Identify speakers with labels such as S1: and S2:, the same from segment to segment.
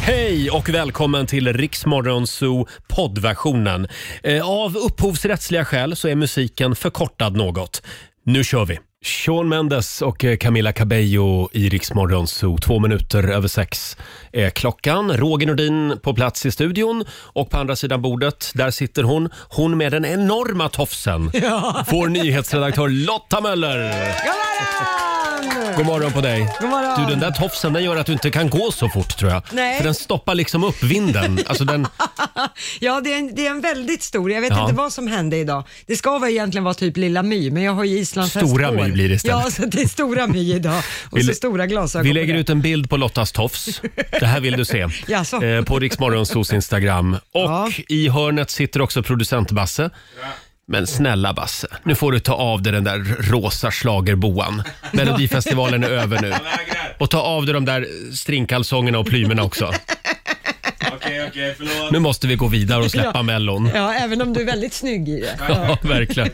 S1: Hej och välkommen till Riksmorgon Zoo poddversionen. Eh, Av upphovsrättsliga skäl så är musiken förkortad något. Nu kör vi! Sean Mendes och eh, Camila Cabello i Riksmorgon Zoo. Två minuter över sex är klockan. Roger Nordin på plats i studion och på andra sidan bordet, där sitter hon. Hon med den enorma tofsen.
S2: Ja.
S1: Vår nyhetsredaktör Lotta Möller. God morgon på dig.
S2: God morgon.
S1: Du, den där tofsen den gör att du inte kan gå så fort tror jag.
S2: Nej.
S1: För den stoppar liksom upp vinden. Alltså den,
S2: Ja, det är, en, det är en väldigt stor. Jag vet
S1: Ja.
S2: inte vad som hände idag. Det ska vara, egentligen vara typ Lilla My, men jag har ju islandshäst
S1: Stora
S2: på.
S1: My blir det istället.
S2: Ja, så det är Stora My idag. Och
S1: Vi
S2: så
S1: lä-
S2: stora glasögon.
S1: vi
S2: på
S1: lägger
S2: det.
S1: ut en bild på Lottas tofs. Det här vill du se.
S2: Jaså?
S1: Eh, på Riksmorgonsos Instagram. Och
S2: Ja.
S1: i hörnet sitter också producent Basse. Men snälla Basse, nu får du ta av dig den där rosa schlagerboan. Melodifestivalen är över nu. Och ta av dig de där stringkalsongerna och plymerna också.
S3: Okej, okej, förlåt.
S1: Nu måste vi gå vidare och släppa
S2: Ja.
S1: Mellon.
S2: Ja, även om du är väldigt snygg i det.
S1: Ja, verkligen.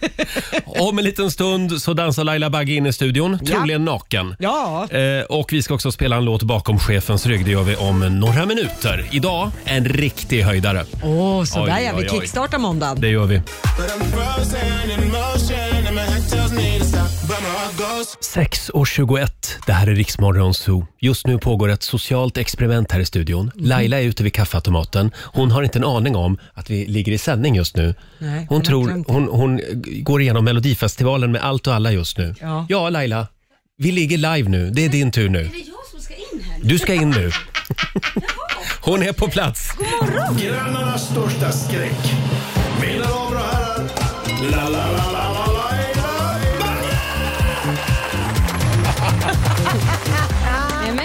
S1: Om en liten stund så dansar Laila Bagge in i studion,
S2: Ja.
S1: troligen naken.
S2: Ja,
S1: Eh, och vi ska också spela en låt bakom chefens rygg. Det gör vi om några minuter. Idag, en riktig höjdare.
S2: åh, så
S1: Oj,
S2: där ja.
S1: oj,
S2: Vi
S1: oj.
S2: kickstartar måndagen.
S1: Det gör vi.
S4: But I'm frozen in motion and my head tells me to stop, but my heart goes
S1: 6.21, det här är Riksmorgon Zoo. Just nu pågår ett socialt experiment här i studion.
S2: Mhm.
S1: Laila är ute vid kaffeautomaten. Hon har inte en aning om att vi ligger i sändning just nu.
S2: Nej, hon
S1: hon,
S2: har
S1: tror,
S2: glömt det.
S1: hon, hon går igenom Melodifestivalen med allt och alla just nu.
S2: Ja.
S1: ja, Laila. Vi ligger live nu. Det är din tur nu.
S5: Är det jag som ska in här?
S1: Du ska in nu. Hon är på plats.
S6: Grannarnas största skräck. Mina damer och herrar. La, la, la, la, la, la, la, la.
S5: Nej, men,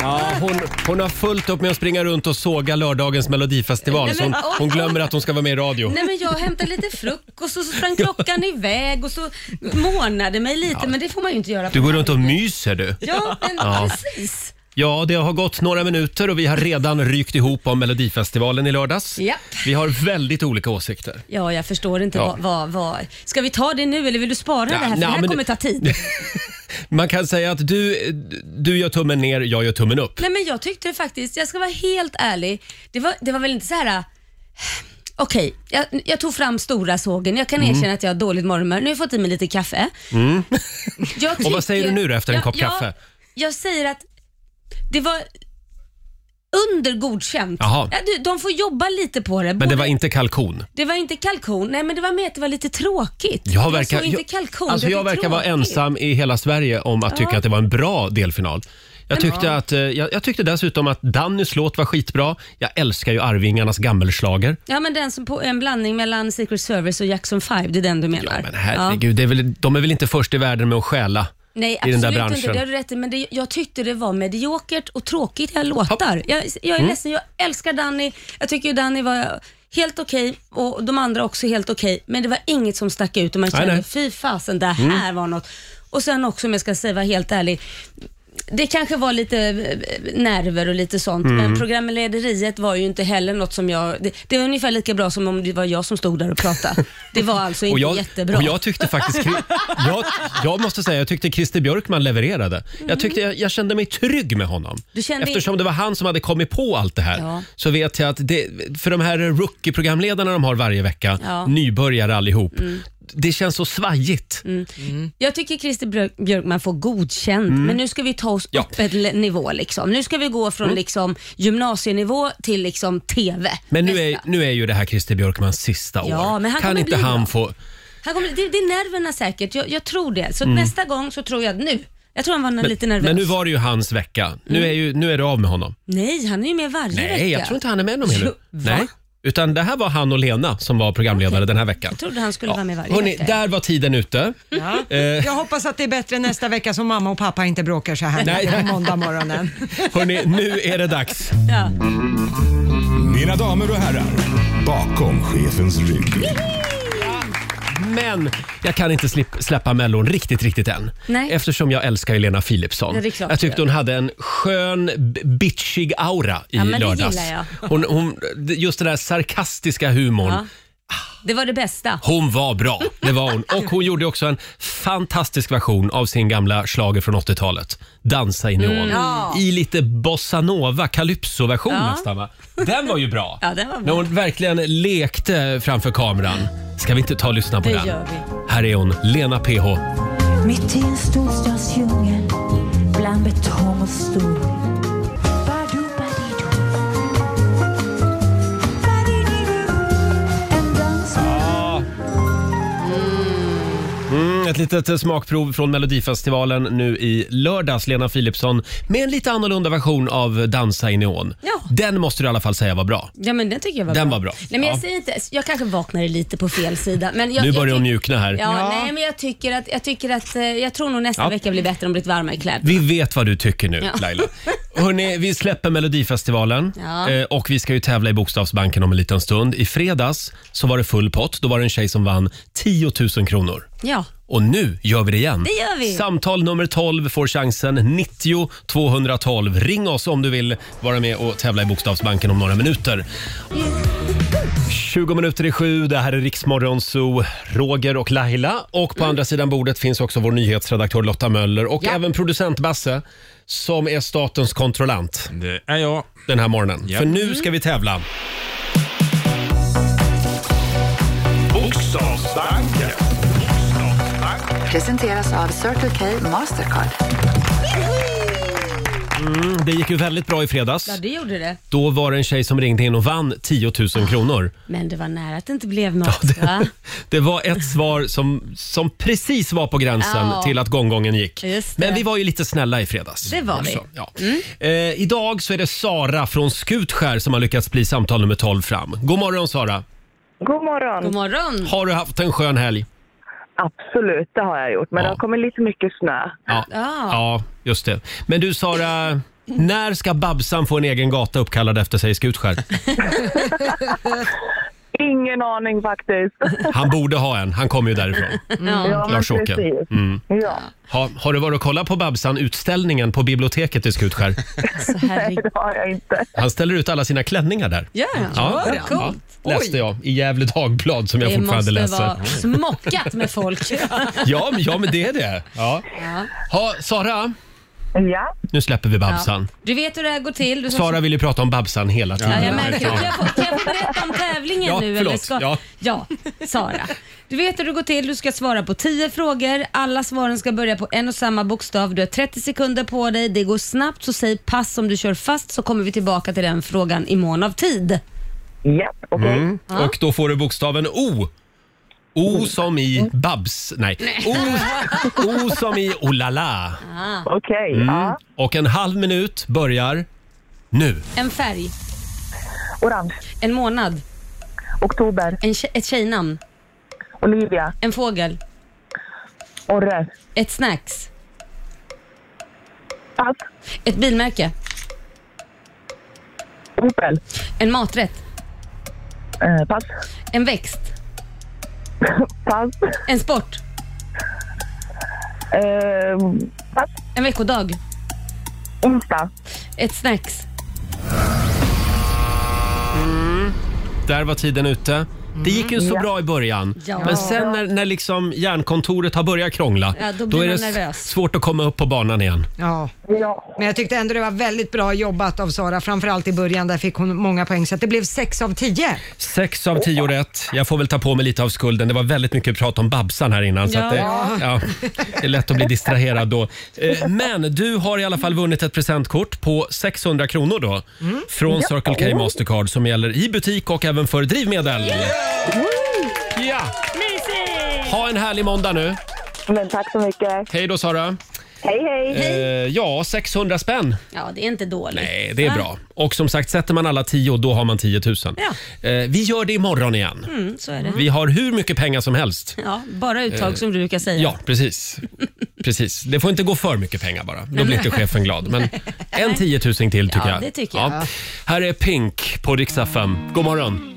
S1: Ja, hon, hon har fullt upp med att springa runt och såga lördagens melodifestival.
S5: Nej,
S1: Så hon,
S5: men-
S1: hon glömmer att hon ska vara med i radio.
S5: nej men jag hämtade lite frukost och så sprang klockan iväg och så månade mig lite men det får man ju inte göra.
S1: Du går runt och myser du.
S5: Ja, men
S1: Ja.
S5: precis.
S1: Ja, det har gått några minuter och vi har redan rykt ihop om melodifestivalen i lördags.
S5: Japp.
S1: Vi har väldigt olika åsikter.
S5: Ja, jag förstår inte
S1: Ja.
S5: vad, vad, vad... Ska vi ta det nu eller vill du spara det här? För
S1: nej,
S5: det här
S1: men-
S5: kommer ta tid.
S1: Man kan säga att du, du gör tummen ner, jag gör tummen upp.
S5: nej men jag tyckte det faktiskt, jag ska vara helt ärlig, det var, det var väl inte så här. äh, Okej, jag, jag tog fram stora sågen. Jag kan
S1: Mm.
S5: erkänna att jag har dåligt morgonhumör. Nu har jag fått i mig lite kaffe. Jag
S1: Och vad säger du
S5: tycker-
S1: nu då efter en
S5: Ja,
S1: kopp
S5: ja,
S1: kaffe?
S5: Jag säger att det var under godkänt.
S1: Jaha.
S5: Ja, du, de får jobba lite på det.
S1: Men det
S5: Både-
S1: var inte kalkon.
S5: det var inte kalkon, nej men det var mer att det var lite tråkigt.
S1: Jag verkar,
S5: såg inte kalkon,
S1: alltså
S5: det
S1: jag
S5: var
S1: verkar vara
S5: tråkigt.
S1: ensam i hela Sverige om att tycka att det var en bra delfinal. Jag tyckte, att, eh, jag, jag tyckte dessutom att Dannys låt var skitbra. Jag älskar ju Arvingarnas gammelslager.
S5: Ja men den som på en blandning mellan Secret Service och Jackson 5, det är den du menar?
S1: Ja, men herregud, Det är väl, de är väl inte först i världen med att stjäla
S5: Nej,
S1: i den där
S5: absolut inte.
S1: branschen?
S5: Det har du rätt i, men det, jag tyckte det var mediokert och tråkigt jag låtar. Jag, jag är
S1: Mm.
S5: ledsen, jag älskar Danny. Jag tycker ju Danny var helt okej och de andra också helt okej, men det var inget som stack ut och man
S1: Nej,
S5: kände,
S1: nej. Mm.
S5: fy fasen, det här var något. Och sen också om jag ska säga, vara helt ärlig, det kanske var lite eh, nerver och lite sånt,
S1: Mm.
S5: men programlederiet var ju inte heller något som jag... Det, det var ungefär lika bra som om det var jag som stod där och pratade. Det var alltså inte
S1: Och jag,
S5: jättebra.
S1: och jag tyckte faktiskt... Jag, jag måste säga, jag tyckte Christer Björkman levererade. Jag, tyckte, jag, jag kände mig trygg med honom.
S5: Mm. Du kände-
S1: Eftersom det var han som hade kommit på allt det här
S5: Ja.
S1: så vet jag att det, för de här rookie-programledarna de har varje vecka,
S5: Ja. Mm.
S1: nybörjare allihop, det känns så svajigt. Mm.
S5: Jag tycker Christer Björk- Björkman får godkänt, men nu ska vi ta oss
S1: Ja. Mm.
S5: upp en le- nivå. Liksom. Nu ska vi gå från liksom, gymnasienivå till liksom, TV.
S1: Men nu är,
S5: Nästa.
S1: nu är ju det här Christer Björkmans sista
S5: Ja,
S1: år.
S5: men han
S1: kan
S5: kommer
S1: inte
S5: bli
S1: han
S5: bra.
S1: få...
S5: Här kommer, det, det är nerverna säkert, jag, jag tror det. Så nästa gång så tror jag nu. Jag tror han var lite nervös.
S1: Mm. Men nu var det ju hans vecka. Nu, är ju, nu är det av med honom.
S5: Nej, han är ju med varje vecka.
S1: Nej, jag tror inte han är med någon mer nu.
S5: Va?
S1: Nej. Utan det här var han och Lena som var programledare den här veckan.
S5: Jag trodde han skulle vara med varje
S1: Hörrni,
S5: vecka.
S1: där var tiden ute. Eh,
S2: Ja. Jag hoppas att det är bättre nästa vecka så mamma och pappa inte bråkar så här
S1: Nej.
S2: på måndag morgonen.
S1: Hörrni, nu är det dags.
S5: Ja.
S1: Mm.
S6: Mina damer och herrar. Bakom chefens rygg.
S1: Men jag kan inte slipp, släppa Mellon riktigt, riktigt än.
S5: Nej.
S1: Eftersom jag älskar Helena Philipsson.
S5: Ja, det är klart
S1: jag
S5: du
S1: tyckte hon hade en skön, b- bitchig aura i
S5: Ja, men det
S1: lördags.
S5: gillar
S1: Hon, hon, just den där sarkastiska humorn.
S5: Ja.
S1: Ah,
S5: Det var det bästa.
S1: Hon var bra, det var hon. Och hon gjorde också en fantastisk version av sin gamla schlager från 80-talet. Dansa i neon.
S5: Mm, ja.
S1: I lite bossanova, calypso-version
S5: Ja.
S1: nästan va? Den var ju bra.
S5: Ja, den var bra.
S1: När hon verkligen lekte framför kameran. Ska vi inte ta och lyssna på
S5: Det
S1: den?
S5: gör vi.
S1: Här är hon, Lena PH.
S7: Mitt i en storstadsdjungel bland betong och stol. Badu, badidu. Badididu. En dans med
S1: Mm, ett litet eh, smakprov från Melodifestivalen nu i lördags, Lena Philipsson. Med en lite annorlunda version av Dansa i neon.
S5: Ja.
S1: Den måste du i alla fall säga var bra.
S5: Ja, men den tycker jag var
S1: Den
S5: bra.
S1: var bra.
S5: Nej, men jag
S1: Ja.
S5: säger inte, jag kanske vaknade lite på fel sida. Men jag,
S1: nu börjar
S5: jag
S1: hon
S5: tyck-
S1: mjukna här.
S5: Ja, nej men jag tycker att, jag tycker att, eh, jag tror nog nästa
S1: Ja.
S5: vecka blir bättre om det blir ett varmare kläder.
S1: Vi vet vad du tycker nu,
S5: Ja.
S1: Laila. Hörrni, vi släpper Melodifestivalen
S5: Ja.
S1: eh, och vi ska ju tävla i Bokstavsbanken om en liten stund. I fredags så var det full pott. Då var det en tjej som vann 10 000 kronor.
S5: Ja.
S1: Och nu gör vi det igen.
S5: Det gör vi.
S1: Samtal nummer 12 får chansen. 90 212. Ring oss om du vill vara med och tävla i Bokstavsbanken om några minuter. 20 minuter i sju, det här är Riksmorgon Zoo, Roger och Laila. Och på
S5: Mm.
S1: andra sidan bordet finns också vår nyhetsredaktör Lotta Möller och även producent Basse som är statens kontrollant
S3: Det är jag.
S1: den här morgonen.
S3: Ja.
S1: För nu ska vi
S5: Mm.
S1: tävla.
S6: Bokstavsbanken.
S8: Presenteras av Circle K Mastercard.
S1: Mm, det gick ju väldigt bra i fredags.
S5: ja, det gjorde det.
S1: Då var det en tjej som ringde in och vann 10 000 kronor.
S5: Men det var nära att det inte blev något va?
S1: Det var ett svar som, som precis var på gränsen
S5: Ja.
S1: till att gånggången gick.
S5: Just det.
S1: Men vi var ju lite snälla i fredags.
S5: Det var vi. Mm.
S1: Så, Ja. Eh, idag så är det Sara från Skutskär som har lyckats bli samtal nummer 12 fram. God morgon Sara!
S9: God morgon.
S5: God morgon.
S1: Har du haft en skön helg?
S9: Absolut, det har jag gjort. Men
S1: Ja.
S9: det har kommit lite mycket snö.
S1: Ja.
S5: Ja.
S1: ja, just det. Men du Sara, när ska Babsan få en egen gata uppkallad efter sig i Skutskär?
S9: Ingen aning faktiskt.
S1: Han borde ha en, han kommer ju därifrån.
S9: ja, men
S1: Lars-Åke. Mm.
S9: precis. Ja.
S1: Ha, har du varit och kollat på Babsan-utställningen på biblioteket i Skutskär?
S5: Så herregud.
S9: Det har jag inte.
S1: Han ställer ut alla sina klänningar där.
S5: Ja,
S1: Ja,
S5: ja. Coolt.
S1: läste jag i Gävle Dagblad som jag
S5: Det
S1: fortfarande
S5: måste
S1: läser.
S5: vara smockat med folk.
S1: Ja, men- ja, men det är det. Ja. Ha, Sara,
S9: Ja.
S1: nu släpper vi Babsan.
S5: Du vet hur det här går till. Du som-
S1: Sara vill ju prata om Babsan hela tiden.
S5: Ja, jag märker det. Kan jag få, kan jag få berätta om tävlingen
S1: Ja,
S5: nu?
S1: förlåt. Ja.
S5: Ja. Sara. Du vet hur det går till. Du ska svara på 10 frågor. Alla svaren ska börja på en och samma bokstav. Du har 30 sekunder på dig. Det går snabbt, så säg pass om du kör fast så kommer vi tillbaka till den frågan i mån av tid.
S9: Ja, okej.
S1: Och då får du bokstaven O. O som i Babs... Nej. O, o som i Olala.
S9: Okej. Ja.
S1: Och en halv minut börjar nu.
S5: En färg,
S9: Orange.
S5: en månad,
S9: Oktober.
S5: en tje- ett tjejnamn,
S9: Olivia.
S5: en fågel,
S9: Orre.
S5: ett snacks,
S9: Pass.
S5: ett bilmärke,
S9: Opel.
S5: en maträtt,
S9: Eh, pass.
S5: en växt,
S9: Pass.
S5: en sport,
S9: Eh, pass.
S5: en veckodag,
S9: Onsdag.
S5: ett snacks,
S1: Där var tiden ute. Det gick ju så
S9: Ja.
S1: bra i början.
S5: Mm. Ja.
S1: Men sen när, när liksom hjärnkontoret har börjat krångla,
S5: Ja, då blir
S1: är det
S5: man
S1: s-
S5: nervös.
S1: svårt att komma upp på banan igen.
S2: Ja.
S9: Ja.
S2: Men jag tyckte ändå det var väldigt bra jobbat av Sara, framförallt i början. Där fick hon många poäng, så att det blev 6 av 10.
S1: Sex av tio rätt. Jag får väl ta på mig lite av skulden. Det var väldigt mycket prat om Babsan här innan. Så att det, ja, det är lätt att bli distraherad då. Eh, Men du har i alla fall vunnit ett presentkort på 600 kronor då.
S5: Mm.
S1: Från Circle
S5: Oh.
S1: K Mastercard som gäller i butik och även för drivmedel. Ja. Ha en härlig måndag nu.
S9: Men tack så mycket.
S1: Hej då Sara.
S9: Hej, hej.
S1: Eh, ja, 600 spänn.
S5: Ja, det är inte dåligt.
S1: Nej, det är bra. Och som sagt, sätter man alla 10 då har man 10 000.
S5: Ja.
S1: Eh, vi gör det imorgon igen.
S5: Mm, så är det.
S1: Vi har hur mycket pengar som helst.
S5: Ja, bara uttag som du brukar säga.
S1: Eh, Ja, precis. precis. Det får inte gå för mycket pengar bara. Då blir inte chefen glad. Men en 10 000 till tycker
S5: Ja,
S1: jag.
S5: det tycker jag.
S1: Ja. Här är Pink på Rix FM. God morgon.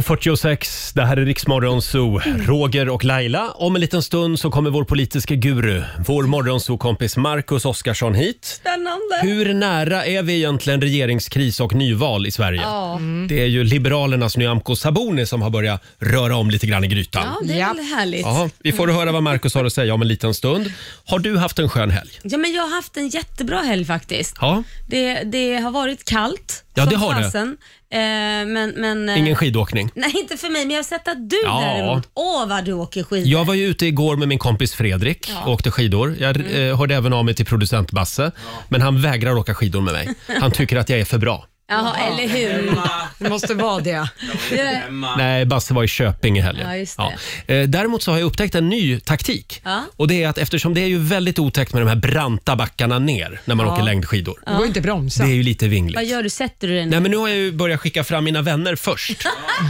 S1: 6.46, det här är Riksmorgon Zoo. Roger och Laila. Om en liten stund så kommer vår politiska guru, vår morgonzoo-kompis Marcus Oskarsson hit.
S5: Spännande.
S1: Hur nära är vi egentligen regeringskris och nyval i Sverige?
S5: Ja.
S1: Mm. Det är ju Liberalernas Nyamko Sabuni som har börjat röra om lite grann i grytan.
S5: ja, det är väl härligt.
S1: Jaha, vi får höra vad Marcus har att säga om en liten stund. Har du haft en skön helg?
S5: Ja, men jag har haft en jättebra helg faktiskt.
S1: Ja.
S5: Det, det har varit kallt
S1: Ja,
S5: som
S1: det har det.
S5: fasen. Eh, men, men, eh,
S1: Ingen skidåkning?
S5: Nej, inte för mig, men jag har sett att du
S1: Ja.
S5: däremot, åh vad du åker skidor.
S1: Jag var ju ute igår med min kompis Fredrik och åkte skidor. Jag
S5: Mm.
S1: eh, hörde även av mig till producent Basse, men han vägrar åka skidor med mig. Han tycker att jag är för bra.
S5: Jaha, eller hur?
S2: Det måste vara det.
S5: Det-
S1: Nej, Basse var i Köping i helgen.
S5: Ja, just det.
S1: Ja. Eh, Däremot så har jag upptäckt en ny taktik.
S5: Ja.
S1: Och det är att eftersom det är ju väldigt otäckt med de här branta backarna ner när man åker längdskidor.
S2: Det går inte att bromsa.
S1: Det är ju lite vingligt.
S5: Vad gör du? Sätter du dig
S1: Nej,
S5: ner?
S1: men nu har jag ju börjat skicka fram mina vänner först.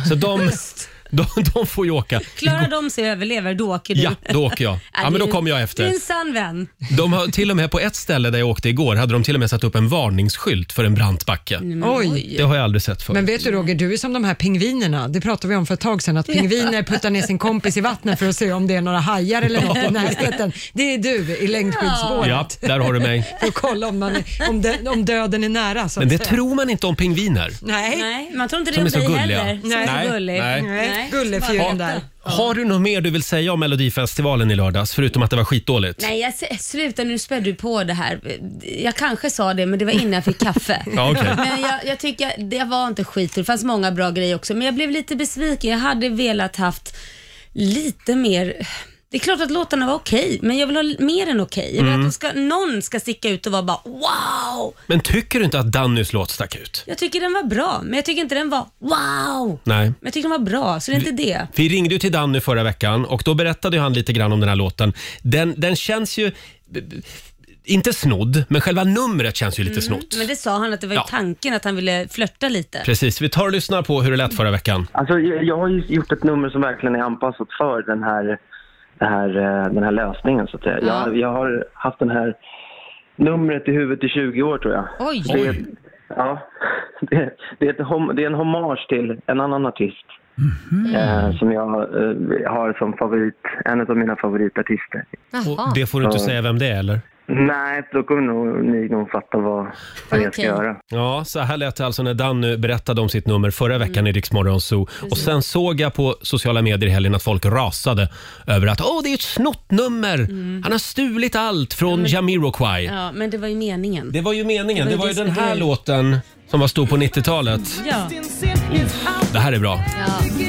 S1: Så de, de, de får ju åka.
S5: Klarar de sig och överlever, då åker du.
S1: Ja, då åker jag. Ja, men då kommer jag efter.
S5: Du är en sann vän.
S1: De har till och med på ett ställe där jag åkte igår hade de till och med satt upp en varningsskylt för en brant backe.
S2: Mm. Oj.
S1: Det har jag aldrig sett förut.
S2: Men vet du Roger, du är som de här pingvinerna. Det pratade vi om för ett tag sedan, att pingviner puttar ner sin kompis i vattnet för att se om det är några hajar eller något i närheten. Det är du i längdskidspåret.
S1: Ja, där har du mig.
S2: För att kolla om, man är, om, dö- om döden är nära. Så
S1: Men
S2: att
S1: det
S2: säga.
S1: tror man inte om pingviner.
S2: Nej.
S5: Nej, man tror inte det
S1: Som
S5: om
S1: är så
S5: dig
S1: gulliga.
S5: heller. Som är
S1: Nej.
S5: så gullig.
S1: Nej.
S2: Nej.
S5: Bara-
S2: Gullefjun där.
S1: Har du något mer du vill säga om Melodifestivalen i lördags, förutom att det var skitdåligt?
S5: Nej, jag, s- sluta nu spär du på det här. Jag kanske sa det, men det var innan jag fick kaffe.
S1: Ja, okej.
S5: Men jag, jag tycker det var inte skit. Det fanns många bra grejer också, men jag blev lite besviken. Jag hade velat haft lite mer det är klart att låtarna var okej, men jag vill ha l- mer än okej. Jag vill
S1: Mm.
S5: att de ska, någon ska sticka ut och vara bara wow.
S1: Men tycker du inte att Dannys låt stack ut?
S5: Jag tycker den var bra, men jag tycker inte den var wow.
S1: Nej.
S5: Men jag tycker den var bra, så det är inte det.
S1: Vi ringde ju till Danny förra veckan och då berättade ju han lite grann om den här låten. Den, den känns ju... Inte snodd, men själva numret känns ju lite snott.
S5: Mm, Men det sa han att det var
S1: Ja.
S5: ju tanken att han ville flörta lite.
S1: Precis, vi tar och lyssnar på hur det lät förra veckan.
S10: Alltså, jag, jag har ju gjort ett nummer som verkligen är anpassat för den här, det här, eh, den här lösningen, så att säga.
S5: Ja.
S10: Jag, jag har haft det här numret i huvudet i 20 år, tror jag.
S5: Oj.
S10: Det, är- ja, det, det, är ett, hom- det är en hommage till en annan artist
S5: Mhm.
S10: eh, som jag eh, har som favorit, en av mina favoritartister.
S5: Jaha.
S1: Och det får du inte
S10: Ja.
S1: säga vem det är, eller?
S10: Nej, då kommer nog, ni nog fatta vad, vad jag ska
S5: Okej.
S10: göra.
S1: Ja, så här lät det alltså när Danny berättade om sitt nummer förra
S5: Mm.
S1: veckan i Rix Morgon Zoo. Och sen såg jag på sociala medier i helgen att folk rasade över att åh, det är ett snott nummer. Han har stulit allt från Jamiroquai.
S5: Mm. Ja, men det var ju meningen.
S1: Det var ju meningen. Det
S5: Det var
S1: var ju
S5: ju det
S1: den
S5: som-
S1: här
S5: det-
S1: låten som var stor på 90-talet.
S5: Ja.
S1: Det här är bra.
S5: Ja.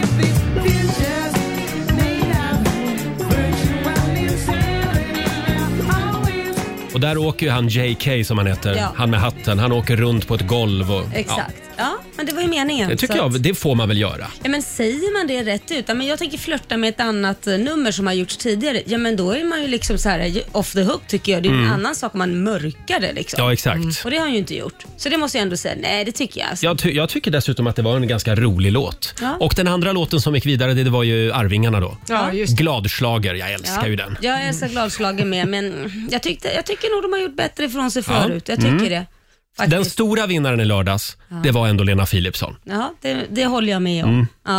S1: Och där åker ju han JK som han heter.
S5: Ja.
S1: Han med hatten. Han åker runt på ett golv och...
S5: Exakt.
S1: Ja.
S5: Ja. men det var ju meningen.
S1: Det tycker
S5: så
S1: jag,
S5: att-
S1: det får man väl göra.
S5: Ja, men säger man det rätt ut, ja, men jag tänker flörta med ett annat eh, nummer som har gjorts tidigare, ja men då är man ju liksom så här eh, off the hook tycker jag. Det är ju en annan sak om man mörkar det liksom.
S1: Mm. Ja, exakt.
S5: Och det har han ju inte gjort. Så det måste jag ändå säga, nej det tycker jag. Alltså.
S1: Jag, ty- jag tycker dessutom att det var en ganska rolig låt.
S5: Ja.
S1: Och den andra låten som gick vidare, det, det var ju Arvingarna då.
S2: Ja, just det.
S1: Gladslager, jag älskar ju den.
S5: Jag är så gladslagen med, men jag, tyckte, jag tycker nog de har gjort bättre ifrån sig förut. Jag tycker det.
S1: Mm. Den
S5: Faktiskt.
S1: stora vinnaren i lördags, det var ändå Lena Philipsson.
S5: Ja, det, det håller jag med om. Ja,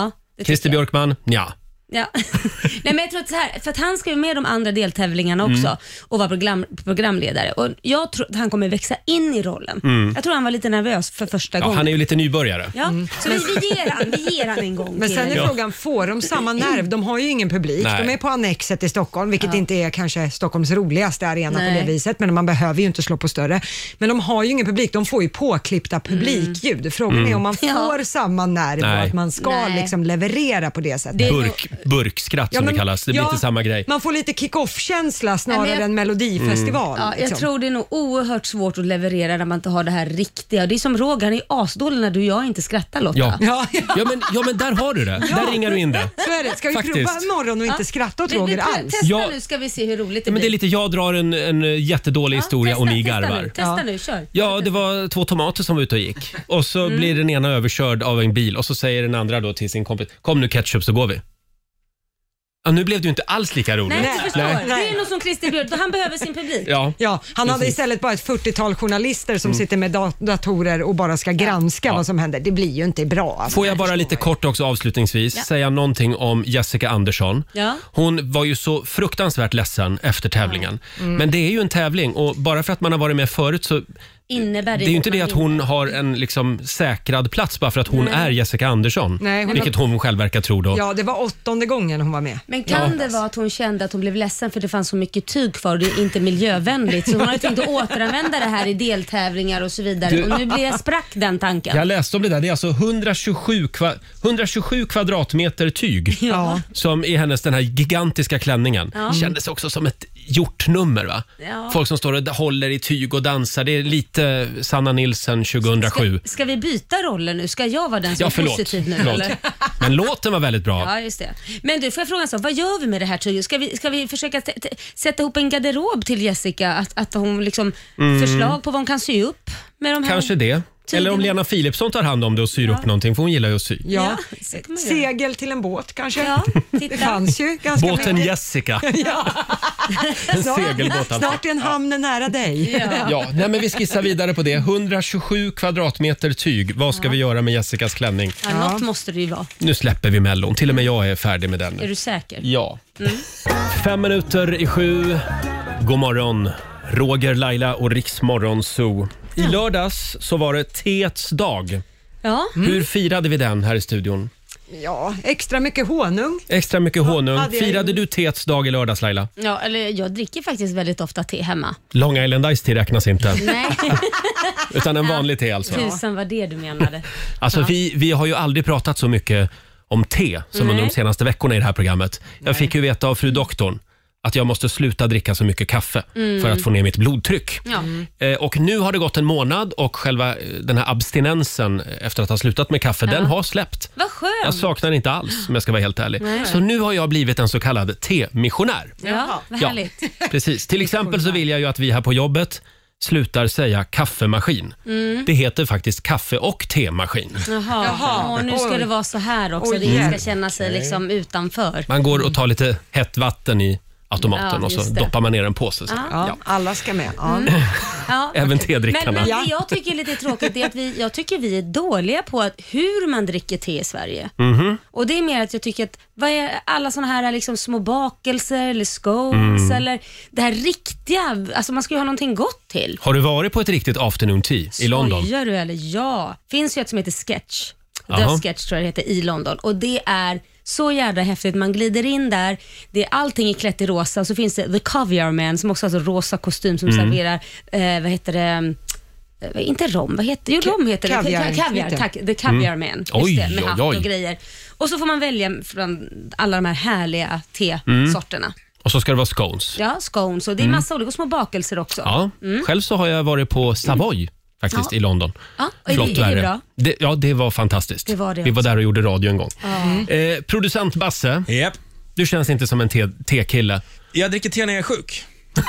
S1: Mm.
S5: det tycker
S1: Christer
S5: jag.
S1: Björkman, ja.
S5: Ja. Nej, men jag tror att så här, för att han ska ju med de andra deltävlingarna
S1: Mm.
S5: också och vara program, programledare. Och jag tror att han kommer växa in i rollen. Jag tror han var lite nervös för första
S1: Mm. ja.
S5: gången.
S1: Han är ju lite nybörjare.
S5: ja. Så vi, vi, ger han, vi ger han en gång
S2: Mm. Men
S5: till.
S2: sen är
S1: Ja.
S2: frågan, får de samma nerv? De har ju ingen publik.
S1: Nej.
S2: De är på Annexet i Stockholm, vilket inte är kanske Stockholms roligaste arena på
S5: Nej.
S2: det viset, men man behöver ju inte slå på större. Men de har ju ingen publik, de får ju påklippta publikljud. Frågan är om man
S5: Mm. Ja.
S2: får samma nerv och
S1: Nej.
S2: att man ska
S5: Nej.
S2: liksom leverera på det sättet.
S5: Det-
S1: Burk, burkskratt som det kallas. Det blir
S2: ja,
S1: inte samma grej.
S2: Man får lite kick-off-känsla snarare
S5: Nej, men jag- Mm.
S2: än melodifestival.
S5: Ja, jag
S2: liksom.
S5: tror det är nog oerhört svårt att leverera när man inte har det här riktiga. Det är som Roger, han är ju asdålig när du och jag inte skrattar Lotta.
S1: Ja.
S2: Ja, ja.
S1: Ja, men, ja, men där har du det. Där ringar du in det.
S2: Så är det. Ska vi
S1: Faktiskt.
S2: prova imorgon och inte skratta åt
S5: vi, vi
S2: Roger
S5: te-
S2: alls?
S5: Testa
S1: Ja.
S5: nu ska vi se hur roligt det
S1: Men det
S5: blir.
S1: är lite, jag drar en, en jättedålig
S5: Ja,
S1: historia
S5: testa,
S1: och ni
S5: testa
S1: garvar.
S5: Nu, testa nu, kör.
S1: Ja, det var två tomater som var ute och gick. Och så blir den ena överkörd av en bil och så säger den andra då till sin kompis, kom nu ketchup så går vi. Ja, nu blev det ju inte alls lika roligt.
S5: Nej, du förstår.
S1: Nej.
S5: Det är nog som Christer Björk och han behöver sin publik.
S1: Ja.
S2: Ja, han hade
S1: Precis.
S2: istället bara ett 40-tal journalister som
S1: Mm.
S2: sitter med dat- datorer och bara ska granska vad som händer. Det blir ju inte bra. Alltså.
S1: Får jag bara lite kort också avslutningsvis
S2: Ja.
S1: säga någonting om Jessica Andersson.
S2: Ja.
S1: Hon var ju så fruktansvärt ledsen efter tävlingen.
S5: Mm.
S1: Men det är ju en tävling och bara för att man har varit med förut så
S5: Innebär
S1: det
S5: det
S1: är ju inte
S5: man
S1: det att hon har en liksom säkrad plats bara för att hon
S2: Nej.
S1: är Jessica Andersson.
S2: Nej, hon
S1: vilket hon själv verkar tro då.
S2: Ja, det var åttonde gången hon var med.
S5: Men kan det vara att hon kände att hon blev ledsen för det fanns så mycket tyg kvar och det är inte miljövänligt. Så hon har tänkt att återanvända det här i deltävlingar och så vidare.
S1: Du-
S5: Och nu blir jag sprack den tanken.
S1: Jag läste om det där. Det är alltså 127, kva 127 kvadratmeter tyg
S5: Ja.
S1: som i hennes den här gigantiska klänningen.
S5: Ja.
S1: Kändes också som ett gjort nummer va?
S5: Ja.
S1: Folk som står och håller i tyg och dansar. Det är lite Sanna Nilsson 2007.
S5: Ska vi byta roller nu? Ska jag vara den som
S1: Ja,
S5: är
S1: förlåt.
S5: positiv nu
S1: förlåt.
S5: eller?
S1: Men låten var väldigt bra.
S5: Ja, just det. Men du, får jag fråga en sak? Vad gör vi med det här tyget? Ska vi, ska vi försöka t- t- sätta ihop en garderob till Jessica? Att, att hon liksom,
S1: Mm.
S5: förslag på vad hon kan sy upp med de här?
S1: Kanske det.
S5: tygerna.
S1: Eller om Lena Philipsson tar hand om det och syr upp någonting, för hon gillar ju att sy.
S2: Ja. Segel till en båt kanske? Det fanns ju ganska
S1: Båten
S2: mycket.
S1: Jessica.
S2: Ja.
S1: En
S2: Snart-
S1: segelbåt alltså.
S2: Snart är en hamn nära dig.
S1: Ja, nej men vi skissar vidare på det. 127 kvadratmeter tyg. Vad ska vi göra med Jessicas klänning?
S5: Ja, något måste det ju vara.
S1: Nu släpper vi Mellon. Till och med jag är färdig med den.
S5: Är
S1: nu.
S5: du säker?
S1: Ja.
S5: Mm.
S1: Fem minuter i sju. God morgon. Roger, Laila och Riksmorgon Zoo. I lördags så var det teets
S5: Mm.
S1: dag.
S5: Ja.
S1: Hur firade vi den här i studion?
S2: Ja, extra mycket honung.
S1: Extra mycket honung.
S5: hade jag
S1: Firade
S5: gjort?
S1: du teets dag i lördags Laila?
S5: Ja, eller jag dricker faktiskt väldigt ofta te hemma.
S1: Long Island Ice Tea räknas inte,
S5: Nej,
S1: utan en vanlig te alltså.
S5: tusan vad det du menade.
S1: Alltså,
S5: Ja.
S1: vi, vi har ju aldrig pratat så mycket om te som
S5: Nej.
S1: under de senaste veckorna i det här programmet. Jag fick ju veta av fru doktorn att jag måste sluta dricka så mycket kaffe
S5: Mm.
S1: för att få ner mitt blodtryck.
S5: Ja.
S1: Eh, Och nu har det gått en månad och själva eh, den här abstinensen eh, efter att ha slutat med kaffe,
S5: Ja.
S1: den har släppt.
S5: Vad skönt.
S1: Jag saknar det inte alls om jag ska vara helt ärlig.
S5: Nej.
S1: Så nu har jag blivit en så kallad temissionär.
S5: Ja, vad
S1: Ja.
S5: härligt.
S1: Precis. Till exempel så vill jag ju att vi här på jobbet slutar säga kaffemaskin.
S5: Mm.
S1: Det heter faktiskt kaffe och temaskin.
S5: Jaha,
S2: Jaha.
S5: Och nu ska
S2: Oj.
S5: det vara så här också.
S2: Oj.
S5: det ingen
S1: Mm.
S5: ska känna sig
S1: Okej.
S5: liksom utanför.
S1: Man går och tar lite hett vatten i automaten
S5: Mm. Ja,
S1: och så
S5: just det. Ah.
S1: doppar man ner en påse. sen.
S5: Ja.
S1: Ja. Mm.
S2: Alla ska med. Ja.
S5: Ja.
S1: Även
S5: Men,
S1: tedrickarna.
S5: men det jag tycker är lite tråkigt är att vi, jag tycker vi är dåliga på att hur man dricker te i Sverige.
S1: Mhm.
S5: Och det är mer att jag tycker att vad är alla sådana här liksom små bakelser eller scones
S1: Mm.
S5: eller det här riktiga, alltså man ska ju ha någonting gott till.
S1: Har du varit på ett riktigt afternoon tea i London?
S5: Skojar du eller? Ja. finns ju ett som heter Sketch.
S1: Jaha.
S5: The Sketch tror jag det heter i London. Och det är så jädra häftigt. Man glider in där, det är allting är klätt i rosa och så finns det The Caviar Man som också har så rosa kostym som
S7: Mm.
S5: serverar, eh, vad heter det, Eh, inte rom, vad heter Jo, rom heter det.
S7: Kaviar.
S5: Ka- Kaviar,
S7: Heter.
S5: tack. The Caviar
S7: Mm.
S5: Man. Just
S7: Oj,
S5: det, med
S7: oj,
S5: hatt och
S7: oj.
S5: grejer. Och så får man välja från alla de här härliga tesorterna.
S1: Och så ska det vara scones.
S5: Ja, scones och det är
S1: Mm.
S5: massa olika små bakelser också.
S1: Ja.
S5: Mm.
S1: Själv så har jag varit på Savoy faktiskt
S5: Ja.
S1: i London.
S5: Ja, och är det,
S1: Flott
S5: är det
S1: värre.
S5: bra?
S1: Det, ja, det var fantastiskt.
S5: Det var det
S1: Vi var
S5: också.
S1: där och gjorde radio en gång.
S5: Ja. Mm.
S1: Eh, producent Basse, du känns inte som en te- tekille.
S3: Jag dricker te när jag är sjuk.
S5: Ja,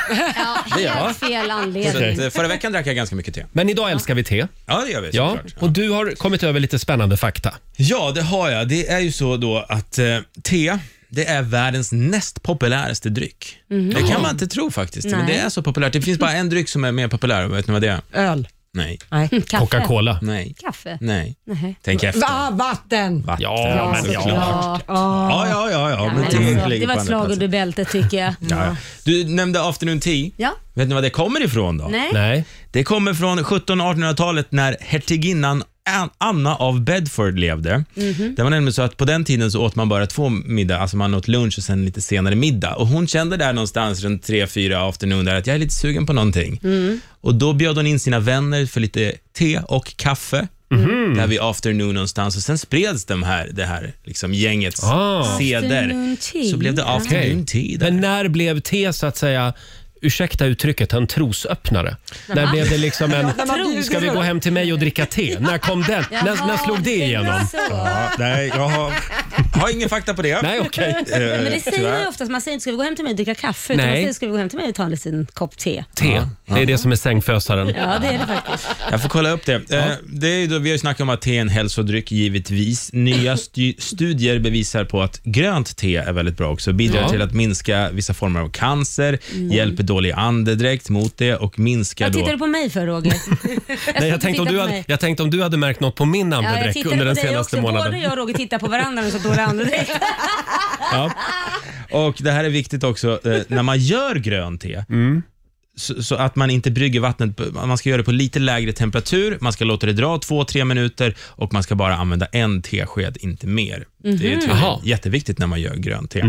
S3: Det gör jag.
S5: helt fel
S3: Så att,
S5: anledning.
S3: eh, förra veckan drack jag ganska mycket te.
S1: Men idag älskar vi te.
S3: Ja, det gör vi
S1: Ja,
S3: såklart.
S1: och du har kommit över lite spännande fakta.
S3: Ja, det har jag. Det är ju så då att eh, te, det är världens näst populäraste dryck.
S2: Mhm.
S3: Det kan man inte tro faktiskt, men
S2: Nej.
S3: det är så populärt. Det finns bara en dryck som är mer populär, vet ni vad det är?
S2: Öl.
S3: Nej.
S2: Nej.
S5: Mm, Kaffe. Coca-Cola.
S3: Nej.
S5: Kaffe.
S3: Nej.
S5: Nej.
S3: Tänk efter.
S2: Va, vatten.
S3: Vatten.
S2: Ja, men ja. såklart.
S3: Ja, ja, ja. ja, men te
S5: alltså,
S3: ligger
S5: det var
S3: på
S5: ett
S3: andra
S5: slag
S3: plats.
S5: under bältet tycker jag.
S3: Ja, ja. Du nämnde afternoon tea.
S5: Ja.
S3: Vet ni vad det kommer ifrån då?
S5: Nej.
S3: Det kommer från 1700-1800-talet när hertiginnan An- Anna av Bedford levde.
S7: Mhm.
S3: Det var nämligen så att på den tiden så åt man bara två middag, alltså man åt lunch och sen lite senare middag. Och hon kände där någonstans runt tre fyra afternoon där att jag är lite sugen på någonting.
S7: Mm.
S3: Och då bjöd hon in sina vänner för lite te och kaffe.
S7: Mhm.
S3: Där vid afternoon någonstans och sen spreds de här, det här liksom gängets
S1: Ah.
S3: seder.
S1: Afternoon
S5: tea.
S3: Så blev det afternoon
S1: Okej.
S3: tea.
S1: Men när blev te så att säga ursäkta uttrycket, en trosöppnare. När blev det liksom en,
S2: När man bjuder
S1: ska vi
S2: upp.
S1: gå hem till mig och dricka te? När kom den? När, när slog det igenom?
S3: Ja, nej, jag har, har ingen fakta på det.
S1: Nej, okej.
S3: Eh,
S5: Nej, men det säger
S3: tyvärr.
S5: man ju oftast. Man säger inte ska vi gå hem till mig och dricka kaffe utan
S1: Nej.
S5: man säger ska vi gå hem till mig och ta en liten kopp te.
S1: Te, det är det som är sängfösaren.
S5: Ja, det är det faktiskt.
S3: Jag får kolla upp det. Eh, det är ju då, vi har ju snackat om att te är en hälsodryck, givetvis. Nya stu- studier bevisar på att grönt te är väldigt bra också. Bidrar
S1: Ja.
S3: till att minska vissa former av cancer, hjälper dålig andedräkt mot det och minskar
S5: Vad
S3: då...
S5: tittar du på mig för Roger? Jag
S1: Nej, jag, tänkte om du hade, jag tänkte om du hade märkt något på min
S5: Ja, jag
S1: andedräkt
S5: tittade
S1: under
S5: på
S1: den
S5: dig
S1: senaste
S5: också.
S1: månaden.
S5: Både jag och Roger tittar på varandra och så dålig andedräkt.
S3: Ja. Och det här är viktigt också, eh, när man gör grönt te, så, så att man inte brygger vattnet, på- man ska göra det på lite lägre temperatur, man ska låta det dra två, tre minuter och man ska bara använda en tesked, inte mer. Det är
S1: Jaha.
S3: tydligen jätteviktigt när man gör grönt te.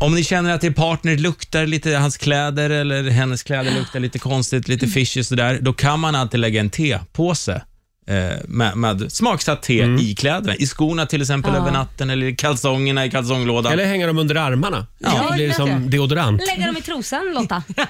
S3: Om ni känner att er partner luktar lite, hans kläder eller hennes kläder luktar lite konstigt, lite fishy sådär, då kan man alltid lägga en tepåse eh, med, med smaksatt te i kläderna. I skorna till exempel över natten eller i kalsongerna i kalsonglådan.
S1: Eller hänga dem under armarna.
S5: Ja,
S1: det blir som deodorant.
S5: Lägga dem i trosan Lotta.
S1: Ja.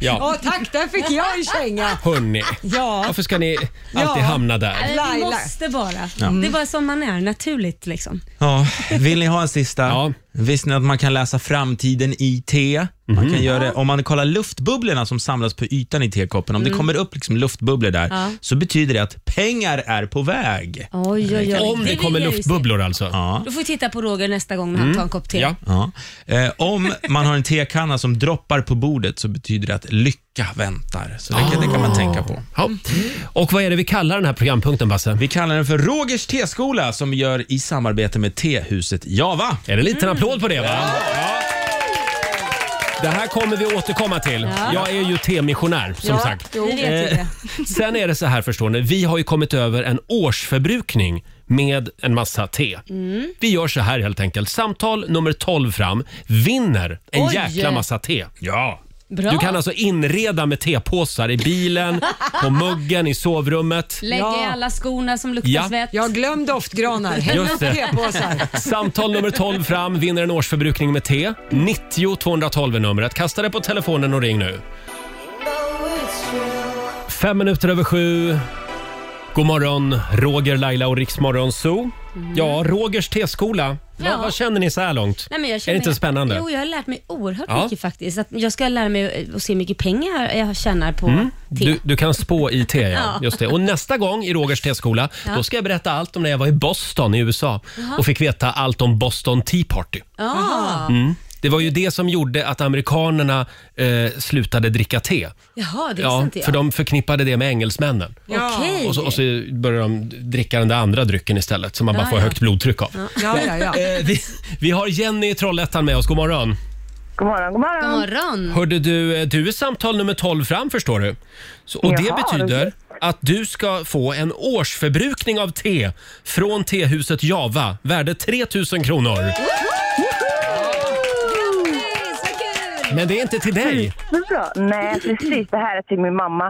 S2: Ja, tack, där fick jag en känga.
S1: Hörni,
S2: Ja,
S1: varför ska ni alltid
S2: Ja.
S1: hamna där?
S5: Vi
S2: Laila.
S5: måste bara. Det är bara som man är, naturligt liksom.
S3: Ja, vill ni ha en sista?
S1: Ja.
S3: Visste ni att man kan läsa framtiden i te? Man kan göra det, om man kollar luftbubblorna som samlas på ytan i tekoppen, om det kommer upp liksom luftbubblor där, så betyder det att pengar är på väg.
S5: Oj, oj, oj.
S1: Om det
S5: vill
S1: kommer
S5: jag ju se.
S1: luftbubblor alltså.
S3: Ja.
S5: Då får vi titta på Roger nästa gång när han tar en kopp te.
S1: Ja.
S3: Ja. Eh, om man har en tekanna som droppar på bordet så betyder det att lycka väntar. Så det, kan- det kan man tänka på.
S1: Ja. Och vad är det vi kallar den här programpunkten, Basse?
S3: Vi kallar den för Rogers teskola som vi gör i samarbete med tehuset Java.
S1: Är det en liten applåd på det? Va? Ja. Det här kommer vi återkomma till. Jag är ju temissionär som
S2: Ja,
S1: sagt.
S2: jo.
S5: Vi vet ju
S1: Eh,
S5: det.
S1: Sen är det så här förstår ni, vi har ju kommit över en årsförbrukning med en massa te.
S5: Mm.
S1: Vi gör så här helt enkelt. Samtal nummer 12 fram vinner en
S5: Oj.
S1: jäkla massa te.
S3: Ja.
S5: Bra.
S1: Du kan alltså inreda med tepåsar i bilen, på muggen, i sovrummet.
S5: Lägg i
S2: Ja.
S5: alla skorna som luktar
S1: Ja.
S5: svett.
S2: jag glömde doftgranar. Häll
S1: Just
S2: upp
S1: det.
S2: tepåsar.
S1: Samtal nummer 12 fram vinner en årsförbrukning med te. 90 212 är numret. Kasta det på telefonen och ring nu. Fem minuter över sju. God morgon, Roger, Laila och Riksmorgon Zoo. Ja, Rogers teskola.
S5: Mm. Ja.
S1: Vad, vad känner ni så här långt?
S5: Nej, men jag
S1: är det
S5: känner-
S1: inte spännande?
S5: Jo, jag har lärt mig oerhört
S1: Ja.
S5: mycket faktiskt. Att jag ska lära mig eh, att se hur mycket pengar jag tjänar på te.
S1: Mm. Du, du kan spå i te, ja.
S5: Ja.
S1: Just det. Och nästa gång i Rogers teskola, då ska jag berätta allt om när jag var i Boston i USA och fick veta allt om Boston Tea Party.
S5: Ah.
S1: Mm. Det var ju det som gjorde att amerikanerna eh, slutade dricka te.
S5: Jaha, det visste
S1: Ja,
S5: inte jag.
S1: för de förknippade det med engelsmännen.
S2: Ja.
S5: Okej.
S1: Och så, och så började de dricka den där andra drycken istället som man bara
S5: Ja,
S1: får
S5: ja.
S1: högt blodtryck av.
S2: Ja, ja, ja.
S1: Eh, vi, vi har Jenny i Trollhättan med oss. God morgon.
S9: God morgon, god morgon.
S5: God morgon.
S1: Hörde du, eh, du är samtal nummer 12 fram förstår du. Så, och det
S9: Jaha,
S1: betyder
S9: det-
S1: att du ska få en årsförbrukning av te från tehuset Java, värde 3000 kronor.
S5: Grattis, vad kul!
S1: Men det är inte till dig.
S9: Det är bra. Nej, precis. Det här är till min mamma.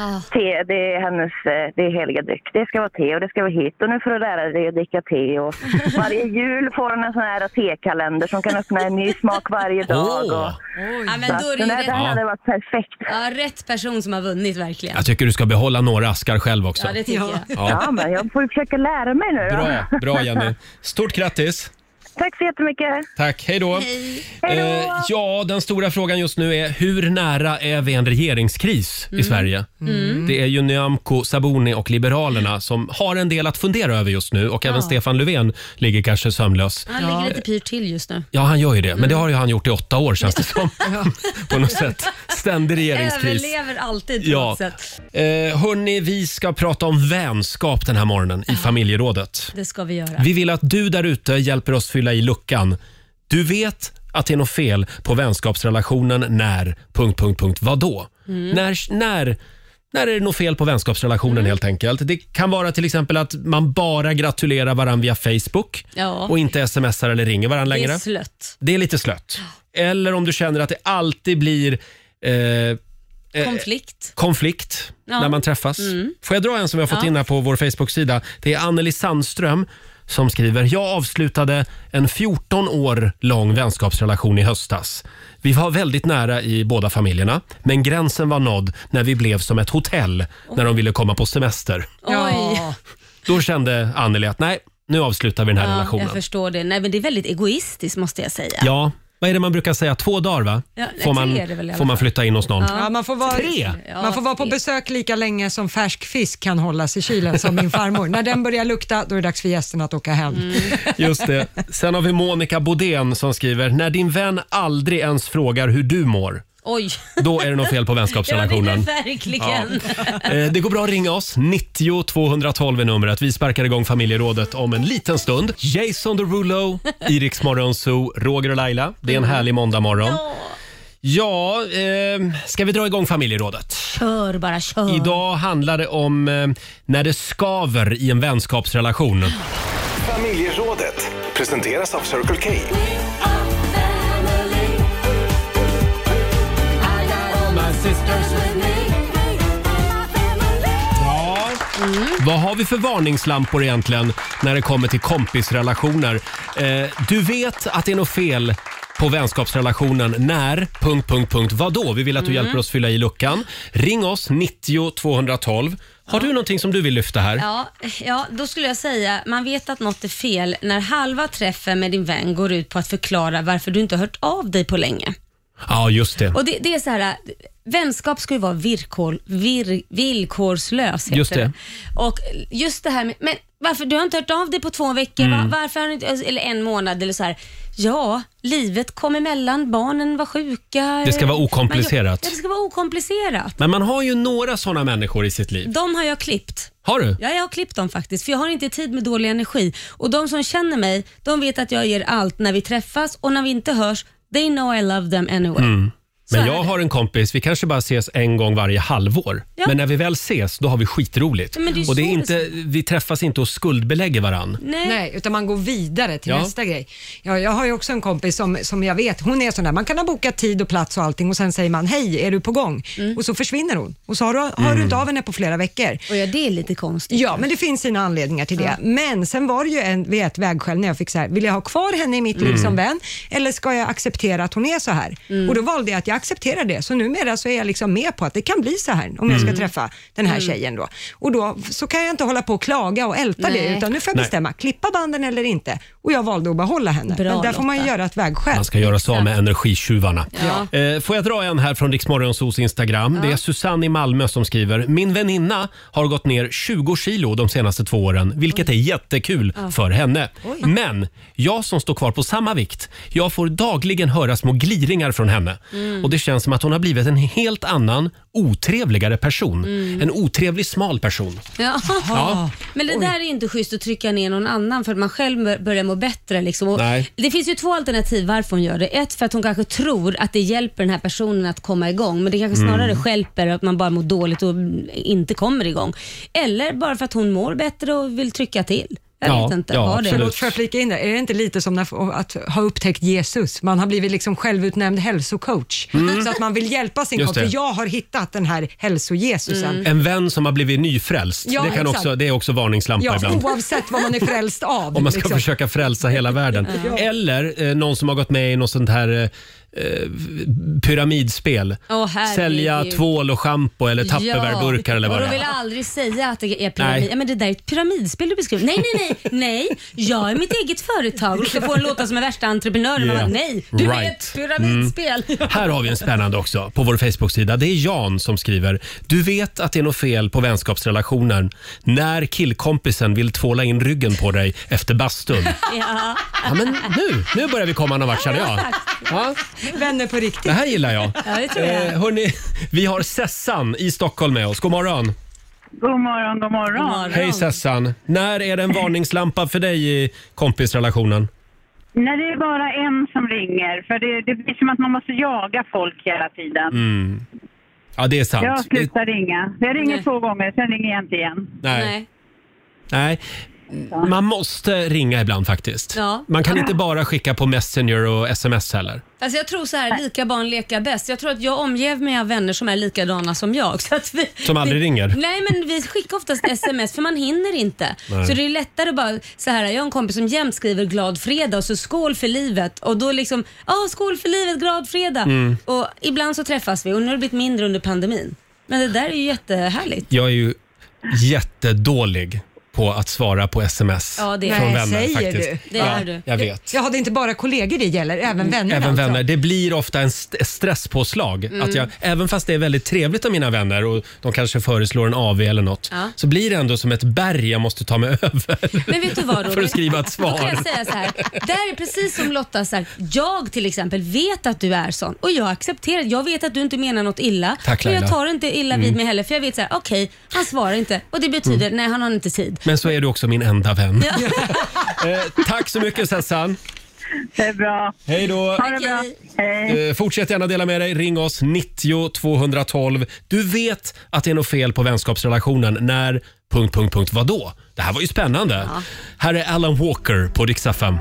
S5: Ja.
S9: Te, det är hennes eh, det är heliga dryck. Det ska vara te och det ska vara hit. Och nu får du lära dig att dricka te. Och varje jul får hon en sån här tekalender som kan öppna en ny smak varje dag.
S1: Åh.
S9: Och,
S5: Ja,
S9: så
S5: men
S9: att
S5: då är det
S9: den
S5: ju
S9: här, det här
S5: rätt,
S9: hade varit perfekt.
S5: ja, rätt person som har vunnit verkligen.
S1: Jag tycker du ska behålla några askar själv också.
S5: Ja, det tycker
S2: Ja.
S5: jag.
S1: Ja.
S9: Ja, men jag får ju försöka lära mig nu då.
S1: Bra, bra Jenny. Stort grattis!
S9: Tack så jättemycket.
S1: Tack, hej då!
S9: Hej då.
S1: Eh, ja, den stora frågan just nu är hur nära är vi en regeringskris
S5: Mm.
S1: i Sverige? Det är ju Nyamko Sabuni och Liberalerna som har en del att fundera över just nu och även Stefan Löfven ligger kanske sömnlös.
S5: Han ligger lite pyrt till just nu.
S1: Ja, han gör ju det, men det
S5: Mm.
S1: har ju han gjort i åtta år känns det som. På något sätt. Ständig regeringskris.
S5: Överlever alltid på
S1: Ja.
S5: något sätt.
S1: Eh, hörni, vi ska prata om vänskap den här morgonen i familjerådet.
S5: Det ska vi göra.
S1: Vi vill att du där ute hjälper oss fylla i luckan. Du vet att det är något fel på vänskapsrelationen när... Punkt, punkt, punkt. Vadå?
S5: Mm.
S1: När, när, när är det något fel på vänskapsrelationen helt enkelt? Det kan vara till exempel att man bara gratulerar varandra via Facebook
S5: Ja.
S1: och inte smsar eller ringer varandra
S5: Det
S1: längre.
S5: är slött.
S1: Det är lite slött. Eller om du känner att det alltid blir eh,
S5: Konflikt.
S1: konflikt
S5: Ja. Mm.
S1: när man träffas. Får jag dra en som vi har fått in här på vår Facebook-sida? Det är Anneli Sandström som skriver “Jag avslutade en 14 år lång vänskapsrelation i höstas. Vi var väldigt nära i båda familjerna, men gränsen var nådd när vi blev som ett hotell när de ville komma på semester.
S5: Oj.
S1: Då kände Anneli att nej, nu avslutar vi den här
S5: Ja,
S1: relationen.
S5: Jag förstår det. Nej, men det är väldigt egoistiskt måste jag säga.
S1: Ja, vad är det man brukar säga? Två dagar va?
S5: Ja,
S1: får,
S5: tre
S1: man,
S5: är det väl i alla
S1: får man
S5: fall.
S1: flytta in hos någon?
S2: Ja, man får vara,
S1: Tre?
S2: Man får vara på besök lika länge som färsk fisk kan hållas i kylen som min farmor. När den börjar lukta, då är det dags för gästen att åka hem.
S1: Just det. Sen har vi Monica Bodén som skriver, när din vän aldrig ens frågar hur du mår,
S5: Oj.
S1: då är det något fel på
S5: Ja,
S1: vänskapsrelationen.
S5: det är det verkligen.
S1: Eh, Det går bra att ringa oss. 90 212 är numret. Vi sparkar igång familjerådet om en liten stund. Jason Derulo, Iriks Morgonzoo, Roger och Laila. Det är en härlig måndagmorgon. Ja, eh, ska vi dra igång familjerådet?
S5: Kör bara, kör.
S1: Idag handlar det om eh, när det skaver i en vänskapsrelation.
S11: Familjerådet presenteras av Circle K.
S1: Ja. Mm. Vad har vi för varningslampor egentligen när det kommer till kompisrelationer? Eh, du vet att det är något fel på vänskapsrelationen när... Punkt, punkt, punkt. Vadå? Vi vill att du
S5: Mm.
S1: hjälper oss fylla i luckan. Ring oss, 90 212. Har du någonting som du vill lyfta här?
S5: Ja, ja, då skulle jag säga, man vet att något är fel när halva träffen med din vän går ut på att förklara varför du inte har hört av dig på länge.
S1: Ja, just det.
S5: Och det, det är så här, vänskap ska ju vara virkor, vir, villkorslös. heter
S1: Just det.
S5: Och just det här med, men varför, du har inte hört av dig på två veckor,
S1: Mm.
S5: va? varför har du inte, alltså, eller en månad eller så här. Ja, livet kom emellan, barnen var sjuka.
S1: Det ska vara okomplicerat.
S5: Man gör- Ja, det ska vara okomplicerat.
S1: Men man har ju några såna människor i sitt liv.
S5: De har jag klippt.
S1: Har du?
S5: Ja, jag har klippt dem faktiskt, för jag har inte tid med dålig energi. Och de som känner mig, de vet att jag ger allt när vi träffas och när vi inte hörs, they know I love them anyway.
S1: Mm.
S5: Så
S1: Men
S5: är
S1: jag
S5: det.
S1: har en kompis, vi kanske bara ses en gång varje halvår.
S5: Ja.
S1: Men när vi väl ses, då har vi skitroligt.
S2: Ja, men det är ju
S1: och det är
S2: så det
S1: inte, vi träffas inte och skuldbelägger varann.
S5: Nej.
S2: utan man går vidare till
S1: Ja.
S2: nästa grej. Ja, jag har ju också en kompis som, som jag vet, hon är sån där, man kan ha bokat tid och plats och allting och sen säger man hej, är du på gång? Och så försvinner hon och så har du, har
S1: Mm.
S2: du inte av henne på flera veckor.
S5: Och ja, det är lite konstigt.
S2: Ja, men det finns sina anledningar till det. Men sen var det ju en, vid ett vägskäl när jag fick så här, vill jag ha kvar henne i mitt liv
S5: Mm.
S2: som vän eller ska jag acceptera att hon är så här?
S5: Mm.
S2: Och då valde jag att jag accepterar det, så numera så är jag liksom med på att det kan bli så här om jag ska
S5: Mm.
S2: träffa den här
S5: Mm.
S2: tjejen då. Och då så kan jag inte hålla på och klaga och älta det,
S5: Nej.
S2: utan nu får jag
S1: Nej.
S2: bestämma, klippa banden eller inte? Och jag valde att behålla henne.
S5: Bra,
S2: men där får man ju
S5: Lotta.
S2: göra ett vägskäl.
S1: Man ska göra sig av med energitjuvarna.
S5: Ja.
S1: Eh, Får jag dra en här från Riksmorgonsos Instagram?
S5: Ja.
S1: Det är Susanne i Malmö som skriver. Min väninna har gått ner 20 kilo de senaste två åren, vilket är jättekul
S5: Ja.
S1: för henne.
S5: Oj.
S1: Men jag som står kvar på samma vikt, jag får dagligen höra små gliringar från henne.
S5: Mm.
S1: Och det känns som att hon har blivit en helt annan, otrevligare person.
S5: Mm.
S1: En otrevlig, smal person.
S5: Ja.
S1: Ja.
S5: Men det där är ju inte schysst att trycka ner någon annan för att man själv bör- börjar må bättre. Liksom. Och
S1: Nej.
S5: Det finns ju två alternativ varför hon gör det. Ett, för att hon kanske tror att det hjälper den här personen att komma igång, men det kanske
S7: Mm.
S5: snarare stjälper att man bara mår dåligt och inte kommer igång. Eller bara för att hon mår bättre och vill trycka till. Jag vet inte. Har det.
S2: Förlåt, får jag flika in där? Är det inte lite som när, att ha upptäckt Jesus? Man har blivit liksom självutnämnd hälsocoach.
S1: Mm.
S2: Så att man vill hjälpa sin
S1: Just
S2: kompis. För
S1: det. Mm.
S2: jag har hittat den här hälsojesusen.
S1: En vän som har blivit nyfrälst,
S2: Ja,
S1: det, kan
S2: exakt.
S1: också, det är också varningslampa
S2: Ja,
S1: ibland.
S2: oavsett vad man är frälst av.
S1: Om man ska
S2: liksom.
S1: försöka frälsa hela världen.
S2: Ja.
S1: Eller eh, någon som har gått med i något sånt här eh, eh, pyramidspel.
S5: Åh, herregud.
S1: Sälja tvål och schampo eller tupperwareburkar eller vad
S5: och
S1: det
S5: de vill
S1: är.
S5: aldrig säga att det är
S1: Nej.
S5: pyramid. Ja, men det där är ett pyramidspel du beskriver. Nej, nej, nej, nej. Jag är mitt eget företag och ska få en låta som är värsta entreprenören.
S1: Yeah.
S5: Yeah. Nej, du är
S1: Right. Mm.
S5: ett pyramidspel.
S1: Här har vi en spännande också på vår Facebook-sida. Det är Jan som skriver. Du vet att det är något fel på vänskapsrelationen när killkompisen vill tvåla in ryggen på dig efter bastun.
S5: Ja.
S1: Ja, men nu, nu börjar vi komma någon vart känner jag. Ja.
S2: Vänner på riktigt.
S1: Det här gillar jag.
S2: Ja, det tror jag.
S1: Eh, hörni, vi har Sessan i Stockholm med oss. God morgon.
S12: God morgon, god morgon.
S1: Hej Sessan. När är det en varningslampa för dig i kompisrelationen?
S12: Nej, det är bara en som ringer. För det, det blir som att man måste jaga folk hela tiden.
S1: Mm. Ja, det är sant.
S12: Jag
S1: Det,
S12: slutar ringa. Jag ringer två gånger, sen ringer jag inte igen.
S1: nej. nej. Man måste ringa ibland faktiskt.
S5: Ja.
S1: Man kan inte bara skicka på Messenger och sms heller.
S5: Alltså jag tror så här, lika barn leka bäst. Jag tror att jag omger mig av vänner som är likadana som jag. Så att vi,
S1: Som aldrig
S5: vi,
S1: ringer.
S5: Nej, men vi skickar oftast sms för man hinner inte.
S1: Nej.
S5: Så det är lättare bara så här, jag har en kompis som jämt skriver glad fredag och så skål för livet och då liksom, ja skål för livet, glad fredag.
S1: Mm.
S5: Och ibland så träffas vi och nu har det blivit mindre under pandemin. Men det där är ju jättehärligt.
S1: Jag är ju jättedålig på att svara på sms
S5: Ja, det är-
S1: från
S5: Nej,
S1: vänner
S5: säger
S1: faktiskt.
S5: du. Det
S1: ja,
S5: är du.
S1: Jag vet. Mm.
S2: Jaha, det är inte bara kollegor det gäller, även vänner
S1: Även
S2: alltså.
S1: vänner. Det blir ofta en st- stresspåslag.
S2: Mm.
S1: Att jag, även fast det är väldigt trevligt av mina vänner och de kanske föreslår en AV eller något,
S5: Ja.
S1: så blir det ändå som ett berg jag måste ta mig över.
S5: Men vet du vad Roger?
S1: För att skriva ett
S5: Då kan
S1: svar.
S5: jag säga så här. Där är precis som Lotta sa. Jag till exempel vet att du är sån och jag accepterar det. Jag vet att du inte menar något illa.
S1: Tack,
S5: men
S1: Laila.
S5: jag tar inte illa vid
S1: Mm.
S5: mig heller för jag vet så här. okej, han svarar inte och det betyder
S1: Mm.
S5: nej han har inte tid.
S1: Men så är du också min enda vän.
S5: Ja.
S1: Eh, tack så mycket Sessan.
S12: Det är bra.
S1: Hej då.
S12: Ha det bra. Hej.
S1: Eh, fortsätt gärna dela med dig. Ring oss 90 212. Du vet att det är något fel på vänskapsrelationen när... Punkt, punkt, punkt. Vadå? Det här var ju spännande. Här är Alan Walker på Dix FM.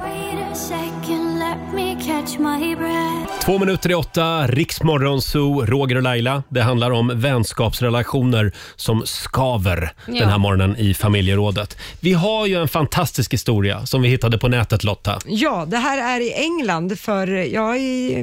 S1: Två minuter i åtta, Riksmorgon Zoo, Roger och Laila. Det handlar om vänskapsrelationer som skaver
S5: Ja.
S1: den här morgonen i familjerådet. Vi har ju en fantastisk historia som vi hittade på nätet Lotta.
S2: Ja, det här är i England för, ja, i,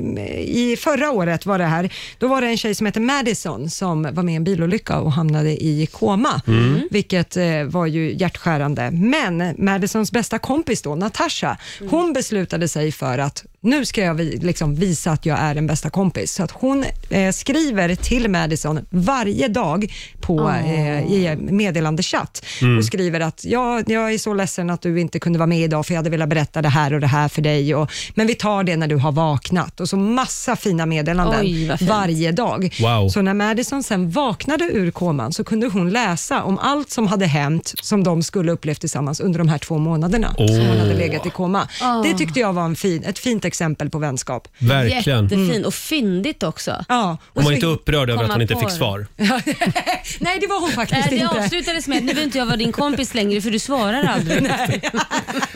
S2: i förra året var det här. Då var det en tjej som hette Madison som var med i en bilolycka och hamnade i koma,
S7: Mm.
S2: vilket eh, var ju hjärtskärande. Men Madisons bästa kompis då, Natasha, hon beslutade sig för att nu ska jag vi- liksom visa att jag är en bästa kompis. Så att hon eh, skriver till Madison varje dag på, eh, i meddelandechatt
S7: Mm.
S2: och skriver att ja, jag är så ledsen att du inte kunde vara med idag för jag hade velat berätta det här och det här för dig. Och, men vi tar det när du har vaknat. Och så massa fina meddelanden
S5: Oj, vad fint.
S2: varje dag.
S7: Wow.
S2: Så när Madison sen vaknade ur koman så kunde hon läsa om allt som hade hänt som de skulle upplevt tillsammans under de här två månaderna som hon
S5: Åh.
S2: hade legat i koma.
S5: Ah.
S2: Det tyckte jag var en fin, ett fint exempel på vänskap.
S1: Verkligen.
S5: Jättefin
S2: Mm.
S5: och fyndigt också.
S2: Ja.
S1: Hon
S2: så-
S1: var inte upprörd över att
S5: komma
S1: hon inte
S5: på
S1: fick
S5: det.
S1: svar.
S2: Nej, det var hon faktiskt
S5: det
S2: inte.
S5: avslutades med att nu vill inte jag vara din kompis längre för du svarar aldrig.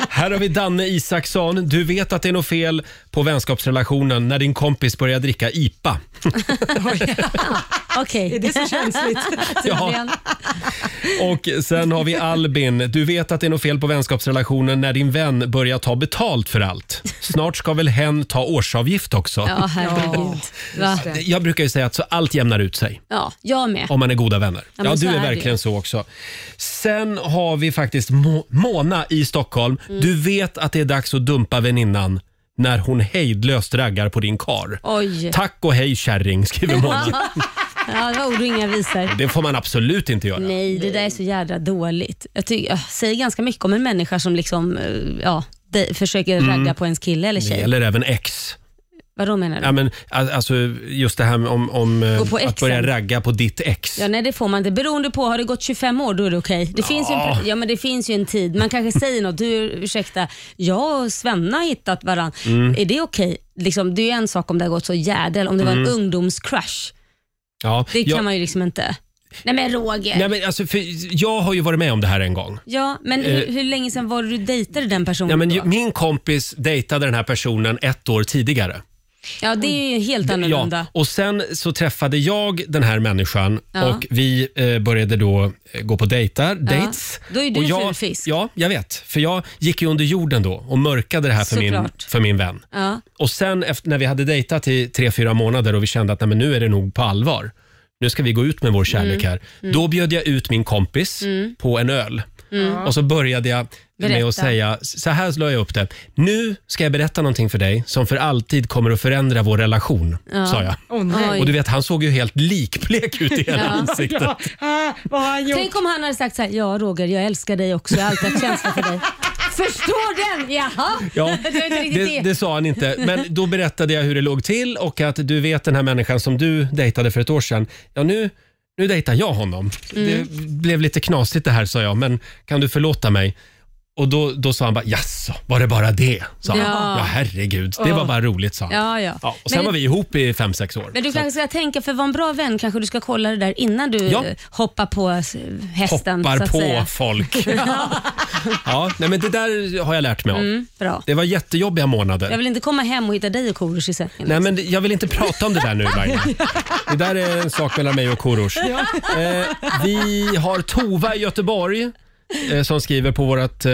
S1: Här har vi Danne Isaksson. Du vet att det är något fel på vänskapsrelationen när din kompis börjar dricka IPA.
S5: Okej.
S2: Är det så känsligt?
S5: Tydligen.
S1: Och sen har vi Albin. Du vet att det är något fel på vänskapsrelationen när din vän börjar ta betalt för allt. Snart ska väl hen ta årsavgift också.
S5: Ja, herregud. Va?
S1: Jag brukar ju säga att så allt jämnar ut sig.
S5: Ja, jag med.
S1: Om man är goda vänner.
S5: Ja,
S1: Ja,
S5: men så
S1: du
S5: är
S1: är
S5: det ju.
S1: verkligen så också. Sen har vi faktiskt Mo- Mona i Stockholm.
S5: Mm.
S1: Du vet att det är dags att dumpa väninnan när hon hejdlöst raggar på din kar.
S5: Oj.
S1: Tack och hej kärring, skriver Mona.
S5: ja, det var ord och inga visor.
S1: Det får man absolut inte göra.
S5: Nej, det där är så jädra dåligt. Jag, tycker, jag säger ganska mycket om en människa som liksom, eh, ja, de, försöker
S1: Mm.
S5: ragga på ens kille eller
S1: Det
S5: tjej.
S1: gäller även ex.
S5: Vadå menar du?
S1: Ja, men, a- alltså, just det här med om, om eh,
S5: Gå på
S1: att
S5: exen.
S1: börja ragga på ditt ex.
S5: Ja, nej, det får man inte. Beroende på, har det gått 25 år då är det okej. Det, finns ju en,
S1: Ja.
S5: ja, men det finns ju en tid. Man kanske säger något. Du, ursäkta, jag och Svenna har hittat varandra.
S1: Mm.
S5: Är det okej? Liksom, det är ju en sak om det har gått så jädel, om det var en
S1: Mm.
S5: ungdomscrush.
S1: Ja,
S5: Det kan
S1: jag,
S5: man ju liksom inte. Nej men Roger.
S1: nej, men, alltså, för, jag har ju varit med om det här en gång.
S5: Ja, men
S1: Eh.
S5: hur, hur länge sedan var det du dejtade den personen
S1: Ja, men,
S5: då?
S1: ju- min kompis dejtade den här personen ett år tidigare.
S5: Ja, det är ju helt annorlunda.
S1: Ja, och sen så träffade jag den här människan
S5: Ja.
S1: och vi eh, började då eh, gå på dejtar, dates.
S5: Då är du
S1: och
S5: en
S1: jag,
S5: ful fisk.
S1: Ja, jag vet. För jag gick ju under jorden då och mörkade det här för, min,
S5: Såklart.
S1: för min vän.
S5: Ja.
S1: Och sen efter, när vi hade dejtat i tre, fyra månader och vi kände att nej, men nu är det nog på allvar. Nu ska vi gå ut med vår kärlek
S5: Mm.
S1: här.
S5: Mm.
S1: Då bjöd jag ut min kompis
S5: Mm.
S1: på en öl.
S5: Mm.
S1: Och så började jag med
S5: Berätta.
S1: att säga, så här la jag upp det. Nu ska jag berätta någonting för dig som för alltid kommer att förändra vår relation,
S2: Ja.
S1: sa jag.
S2: Åh, nej.
S1: och du vet, han såg ju helt likblek ut i hela
S5: Ja.
S1: ansiktet.
S5: Ja.
S2: Ah, vad har han gjort?
S5: Tänk om han hade sagt så här, ja Roger, jag älskar dig också, jag har alltid haft känslor för dig. Förstår den? Jaha?
S1: Ja,
S5: det var inte riktigt
S1: det, det sa han inte. Men då berättade jag hur det låg till och att du vet den här människan som du dejtade för ett år sedan. Ja, nu, nu dejtar jag honom.
S5: Mm.
S1: Det blev lite knasigt det här sa jag, men kan du förlåta mig? Och då, då sa han bara jaså, var det bara det? Sa han.
S5: Ja.
S1: Ja. herregud, det var
S5: Åh.
S1: bara roligt sa han.
S5: Ja, ja.
S1: och sen
S5: Men-
S1: var vi ihop i fem sex år.
S5: Men du
S1: Så
S5: kanske ska tänka, för att vara en bra vän kanske du ska kolla det där innan du
S1: Ja.
S5: eh, hoppar på eh, hästen.
S1: hoppar
S5: så att
S1: på
S5: säga.
S1: folk.
S5: Ja,
S1: ja, nej, men det där har jag lärt mig av.
S5: Mm, bra.
S1: Det var jättejobbiga månader.
S5: Jag vill inte komma hem och hitta dig och Korosh i sängen.
S1: Nej, men det- jag vill inte prata om det där nu, Laila. Det där är en sak mellan mig och Korosh. Eh, vi har Tova i Göteborg eh, som skriver på vårt eh,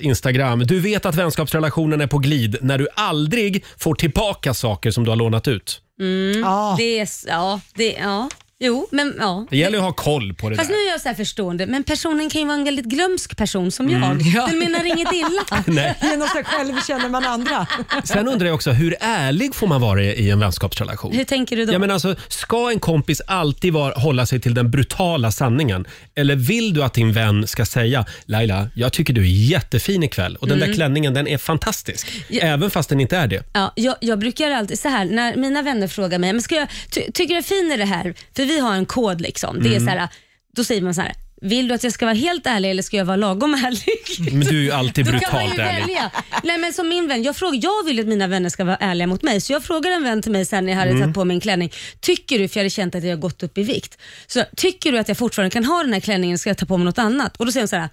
S1: Instagram. Du vet att vänskapsrelationen är på glid när du aldrig får tillbaka saker som du har lånat ut.
S5: Mm, det är, s- ja, det, ja, jo, men ja.
S1: Det gäller att ha koll på det
S5: Fast nu
S1: där.
S5: är jag så här förstående, men personen kan ju vara en väldigt glömsk person som
S1: Mm.
S5: jag.
S1: Ja.
S5: Den menar inget illa.
S1: Nej.
S2: Genom sig själv känner man andra.
S1: Sen undrar jag också, hur ärlig får man vara i en vänskapsrelation?
S5: Hur tänker du då?
S1: Ja, men alltså, ska en kompis alltid var, hålla sig till den brutala sanningen? Eller vill du att din vän ska säga “Laila, jag tycker du är jättefin ikväll och den där
S5: Mm.
S1: klänningen den är fantastisk”,
S5: Ja.
S1: även fast den inte är det?
S5: Ja, jag, jag brukar alltid så här när mina vänner frågar mig, men ska jag, ty, tycker du är fin i det här? För vi har en kod liksom. Det är
S1: Mm.
S5: så här, då säger man så här, vill du att jag ska vara helt ärlig eller ska jag vara lagom ärlig?
S1: Men du är ju Mm, alltid
S5: Då kan man
S1: brutalt
S5: ju
S1: ärlig.
S5: välja. Nej men som min vän, jag, frågar, jag vill att mina vänner ska vara ärliga mot mig. Så jag frågade en vän till mig sen när jag hade
S1: Mm.
S5: satt på mig en klänning. Tycker du, för jag hade känt att jag gått upp i vikt. Så tycker du att jag fortfarande kan ha den här klänningen, ska jag ta på mig något annat? Och då säger hon så här,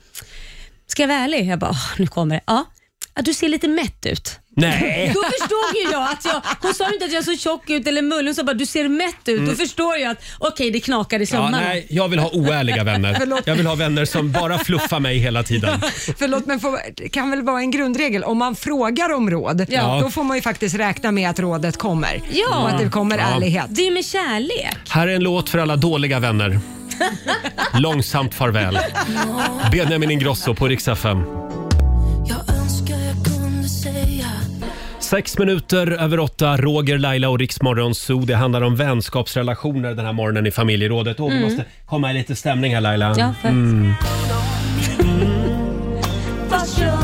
S5: ska jag vara ärlig? Jag bara, "Åh, nu kommer det. Ja. Ja, du ser lite mätt ut.
S1: Nej.
S5: Då förstod ju jag att jag, hon sa ju inte att jag såg tjock ut eller mullig, hon sa bara du ser mätt ut.
S1: Mm.
S5: Då förstår jag att okej det knakar i
S1: Ja,
S5: sömmarna.
S1: nej, jag vill ha oärliga vänner.
S2: Förlåt.
S1: Jag vill ha vänner som bara fluffar mig hela tiden.
S2: Förlåt, men får- det kan väl vara en grundregel. Om man frågar om råd,
S1: Ja.
S2: då får man ju faktiskt räkna med att rådet kommer.
S5: Ja.
S2: Och att det kommer
S1: Ja.
S2: ärlighet.
S5: Det är med kärlek.
S1: Här är en låt för alla dåliga vänner. Långsamt farväl. Benjamin Ingrosso på Rix FM.
S7: Jag önskar jag kunde säga
S1: Sex minuter över åtta, Roger, Laila och Riksmorgon Zoo. Det handlar om vänskapsrelationer den här morgonen i familjerådet. Åh, Vi
S7: Mm.
S1: måste komma i lite stämning här Laila.
S7: Ja, faktiskt.
S1: Mm.
S5: Mm.
S7: Fast jag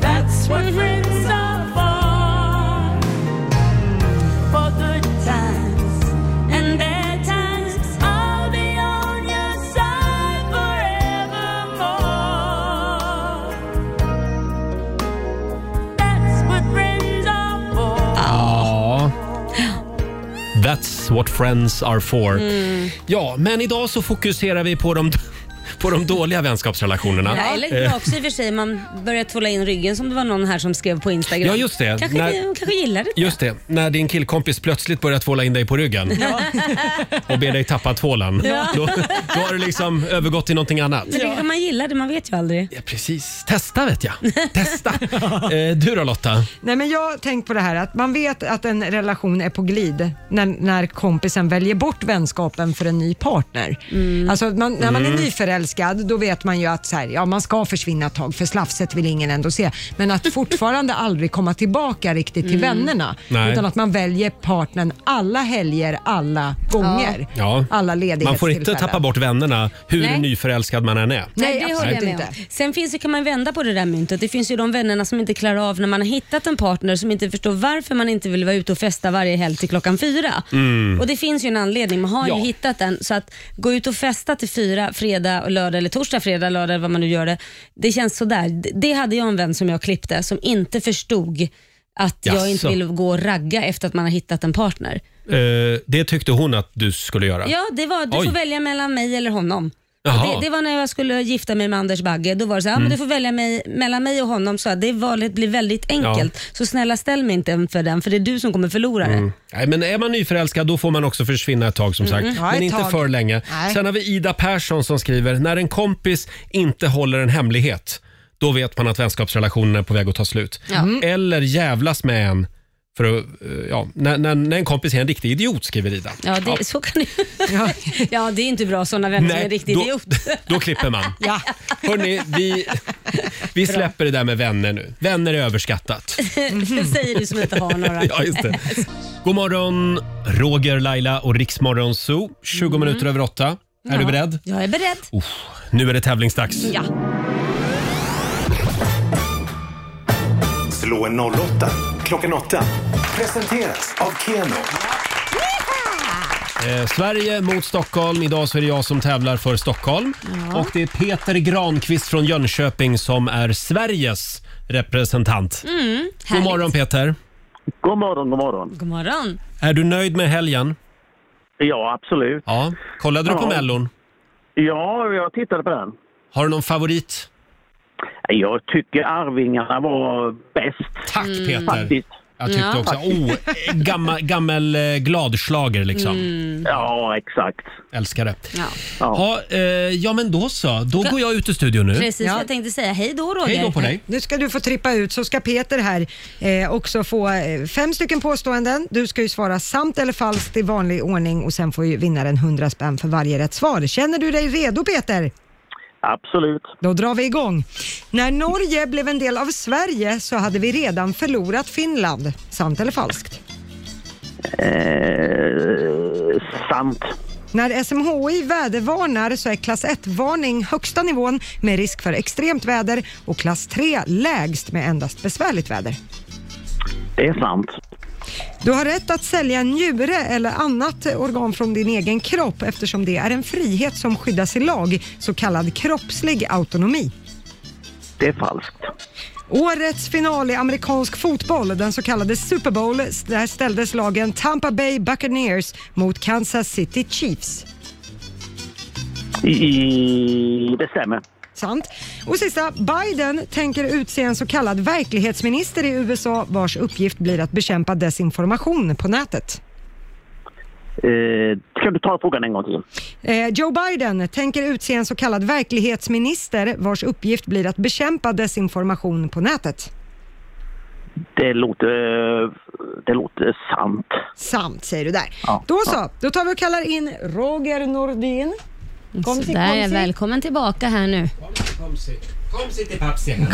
S7: That's what friends are for For good times And bad times I'll be on your side forevermore That's what friends
S1: Ja. That's what friends are
S7: are for
S1: for.
S7: Mm.
S1: Ja, men idag så fokuserar vi på de, på de dåliga vänskapsrelationerna.
S5: Ja, eller
S1: Eh,
S5: också i och för sig, man börjar tvåla in ryggen som det var någon här som skrev på Instagram.
S1: Ja, just det.
S5: Kanske,
S1: När-
S5: hon kanske gillar det.
S1: Just det, när din killkompis plötsligt börjar tvåla in dig på ryggen och ber dig tappa tvålan.
S5: Ja.
S1: Då, då har du liksom övergått till någonting annat.
S5: Men det kanske man gillar det, man vet ju aldrig.
S1: Ja, precis. Testa vet jag. Testa. eh, du då Lotta?
S2: Nej, men jag har tänkt på det här att man vet att en relation är på glid när, när kompisen väljer bort vänskapen för en ny partner. Alltså att man, när man är
S7: Mm.
S2: nyförälskad, då vet man ju att så här, ja, man ska försvinna ett tag för slafset vill ingen ändå se. Men att fortfarande aldrig komma tillbaka riktigt till
S7: Mm.
S2: vännerna.
S1: Nej.
S2: Utan att man väljer partnern alla helger, alla gånger.
S1: Ja.
S2: Alla ledighetstillfällen.
S1: Man får inte tappa bort vännerna hur
S5: Nej.
S1: nyförälskad man än är.
S5: Nej, det håller jag med om. Sen finns det, kan man vända på det där myntet. Det finns ju de vännerna som inte klarar av när man har hittat en partner som inte förstår varför man inte vill vara ute och festa varje helg till klockan fyra.
S7: Mm.
S5: Och det finns ju en anledning, man har
S7: Ja.
S5: ju hittat den. Så att gå ut och festa till fyra fredag och lördag eller torsdag, fredag, lördag eller vad man nu gör det. Det känns sådär. D- Det hade jag en vän som jag klippte som inte förstod att jag inte
S1: Jaså.
S5: vill gå och ragga efter att man har hittat en partner.
S1: Eh, det tyckte hon att du skulle göra.
S5: Ja, det var du
S1: Oj.
S5: får välja mellan mig eller honom.
S1: Jaha.
S5: Det, det var när jag skulle gifta mig med Anders Bagge. Då var det så här,
S1: Mm.
S5: ja, men du får välja mig, mellan mig och honom. Så här, det valet blir väldigt enkelt. Så snälla ställ mig inte inför den, för det är du som kommer förlora det.
S1: Mm. Nej, men är man nyförälskad då får man också försvinna ett tag som sagt.
S5: Mm. Ja,
S1: Men
S5: ett
S1: inte
S5: tag.
S1: för länge.
S5: Nej.
S1: Sen har vi Ida Persson som skriver, när en kompis inte håller en hemlighet, då vet man att vänskapsrelationen är på väg att ta slut.
S5: Mm.
S1: Eller jävlas med en för att, eh, ja, när, när, när en kompis är en riktig idiot, skriver Ida.
S5: Ja, det, Så kan det. Ja. det är inte bra sådana vänner som
S1: Nej,
S5: är riktigt
S1: då-
S5: idiot.
S1: Då klipper man.
S2: Ja.
S1: Hörrni, vi, vi släpper det där med vänner nu. Vänner är överskattat.
S5: det säger du som inte har några.
S1: Mm-hmm. ja, just det. God morgon, Roger, Laila och Riksmorgon Zoo. 20
S5: Mm.
S1: minuter över åtta. Är
S5: Ja,
S1: du beredd? Oh.
S5: Jag är beredd.
S1: Nu är det tävlingsdags.
S5: Ja.
S11: Slå en 08 klockan 8. Presenteras av Keno.
S1: Eh, Sverige mot Stockholm. Idag så är det jag som tävlar för Stockholm.
S7: Ja.
S1: Och det är Peter Granqvist från Jönköping som är Sveriges representant.
S5: Mm,
S1: God
S5: härligt.
S1: morgon Mm. Peter.
S13: God morgon, god morgon.
S5: God morgon.
S1: Är du nöjd med helgen?
S13: Ja, absolut.
S1: Ja. Kollade du på
S13: Ja.
S1: Mellon?
S13: Ja, jag tittade på den.
S1: Har du någon favorit?
S13: Jag tycker Arvingarna var bäst.
S1: Tack Peter.
S13: Faktiskt.
S1: Jag tyckte
S13: Ja.
S1: också. Oh, eh, gammal, gammal eh, gladschlager liksom.
S13: Mm.
S1: Ja, exakt. Älskar det.
S5: Ja.
S1: Ja, eh, ja men då så. Då
S5: Ja.
S1: går jag ut ur studion nu.
S5: Precis vad jag tänkte säga. Hej då Roger.
S1: Hej då på dig.
S2: Nu ska du få trippa ut så ska Peter här eh, också få eh, fem stycken påståenden. Du ska ju svara sant eller falskt i vanlig ordning och sen får ju vinnaren 100 spänn för varje rätt svar. Känner du dig redo Peter?
S13: Absolut.
S2: Då drar vi igång. När Norge blev en del av Sverige så hade vi redan förlorat Finland. Sant eller falskt?
S13: Eh, sant.
S2: När SMHI vädervarnar så är klass 1-varning högsta nivån med risk för extremt väder och klass 3 lägst med endast besvärligt väder.
S13: Det är sant.
S2: Du har rätt att sälja en njure eller annat organ från din egen kropp eftersom det är en frihet som skyddas i lag, så kallad kroppslig autonomi.
S13: Det är falskt.
S2: Årets final i amerikansk fotboll, den så kallade Super Bowl, där ställdes lagen Tampa Bay Buccaneers mot Kansas City Chiefs.
S13: I, det stämmer.
S2: Sant. Och sista, Biden tänker utse en så kallad verklighetsminister i USA vars uppgift blir att bekämpa desinformation på nätet.
S13: Eh, ska du ta frågan en gång till?
S2: Eh, Joe Biden tänker utse en så kallad verklighetsminister vars uppgift blir att bekämpa desinformation på nätet.
S13: Det låter, det låter sant.
S2: Sant säger du där.
S13: Ja.
S2: Då så, då tar vi och kallar in Roger Nordin. Kom till,
S5: Sådär, ja.
S2: kom till.
S5: välkommen tillbaka här nu.
S1: Kom sitt i pappsen.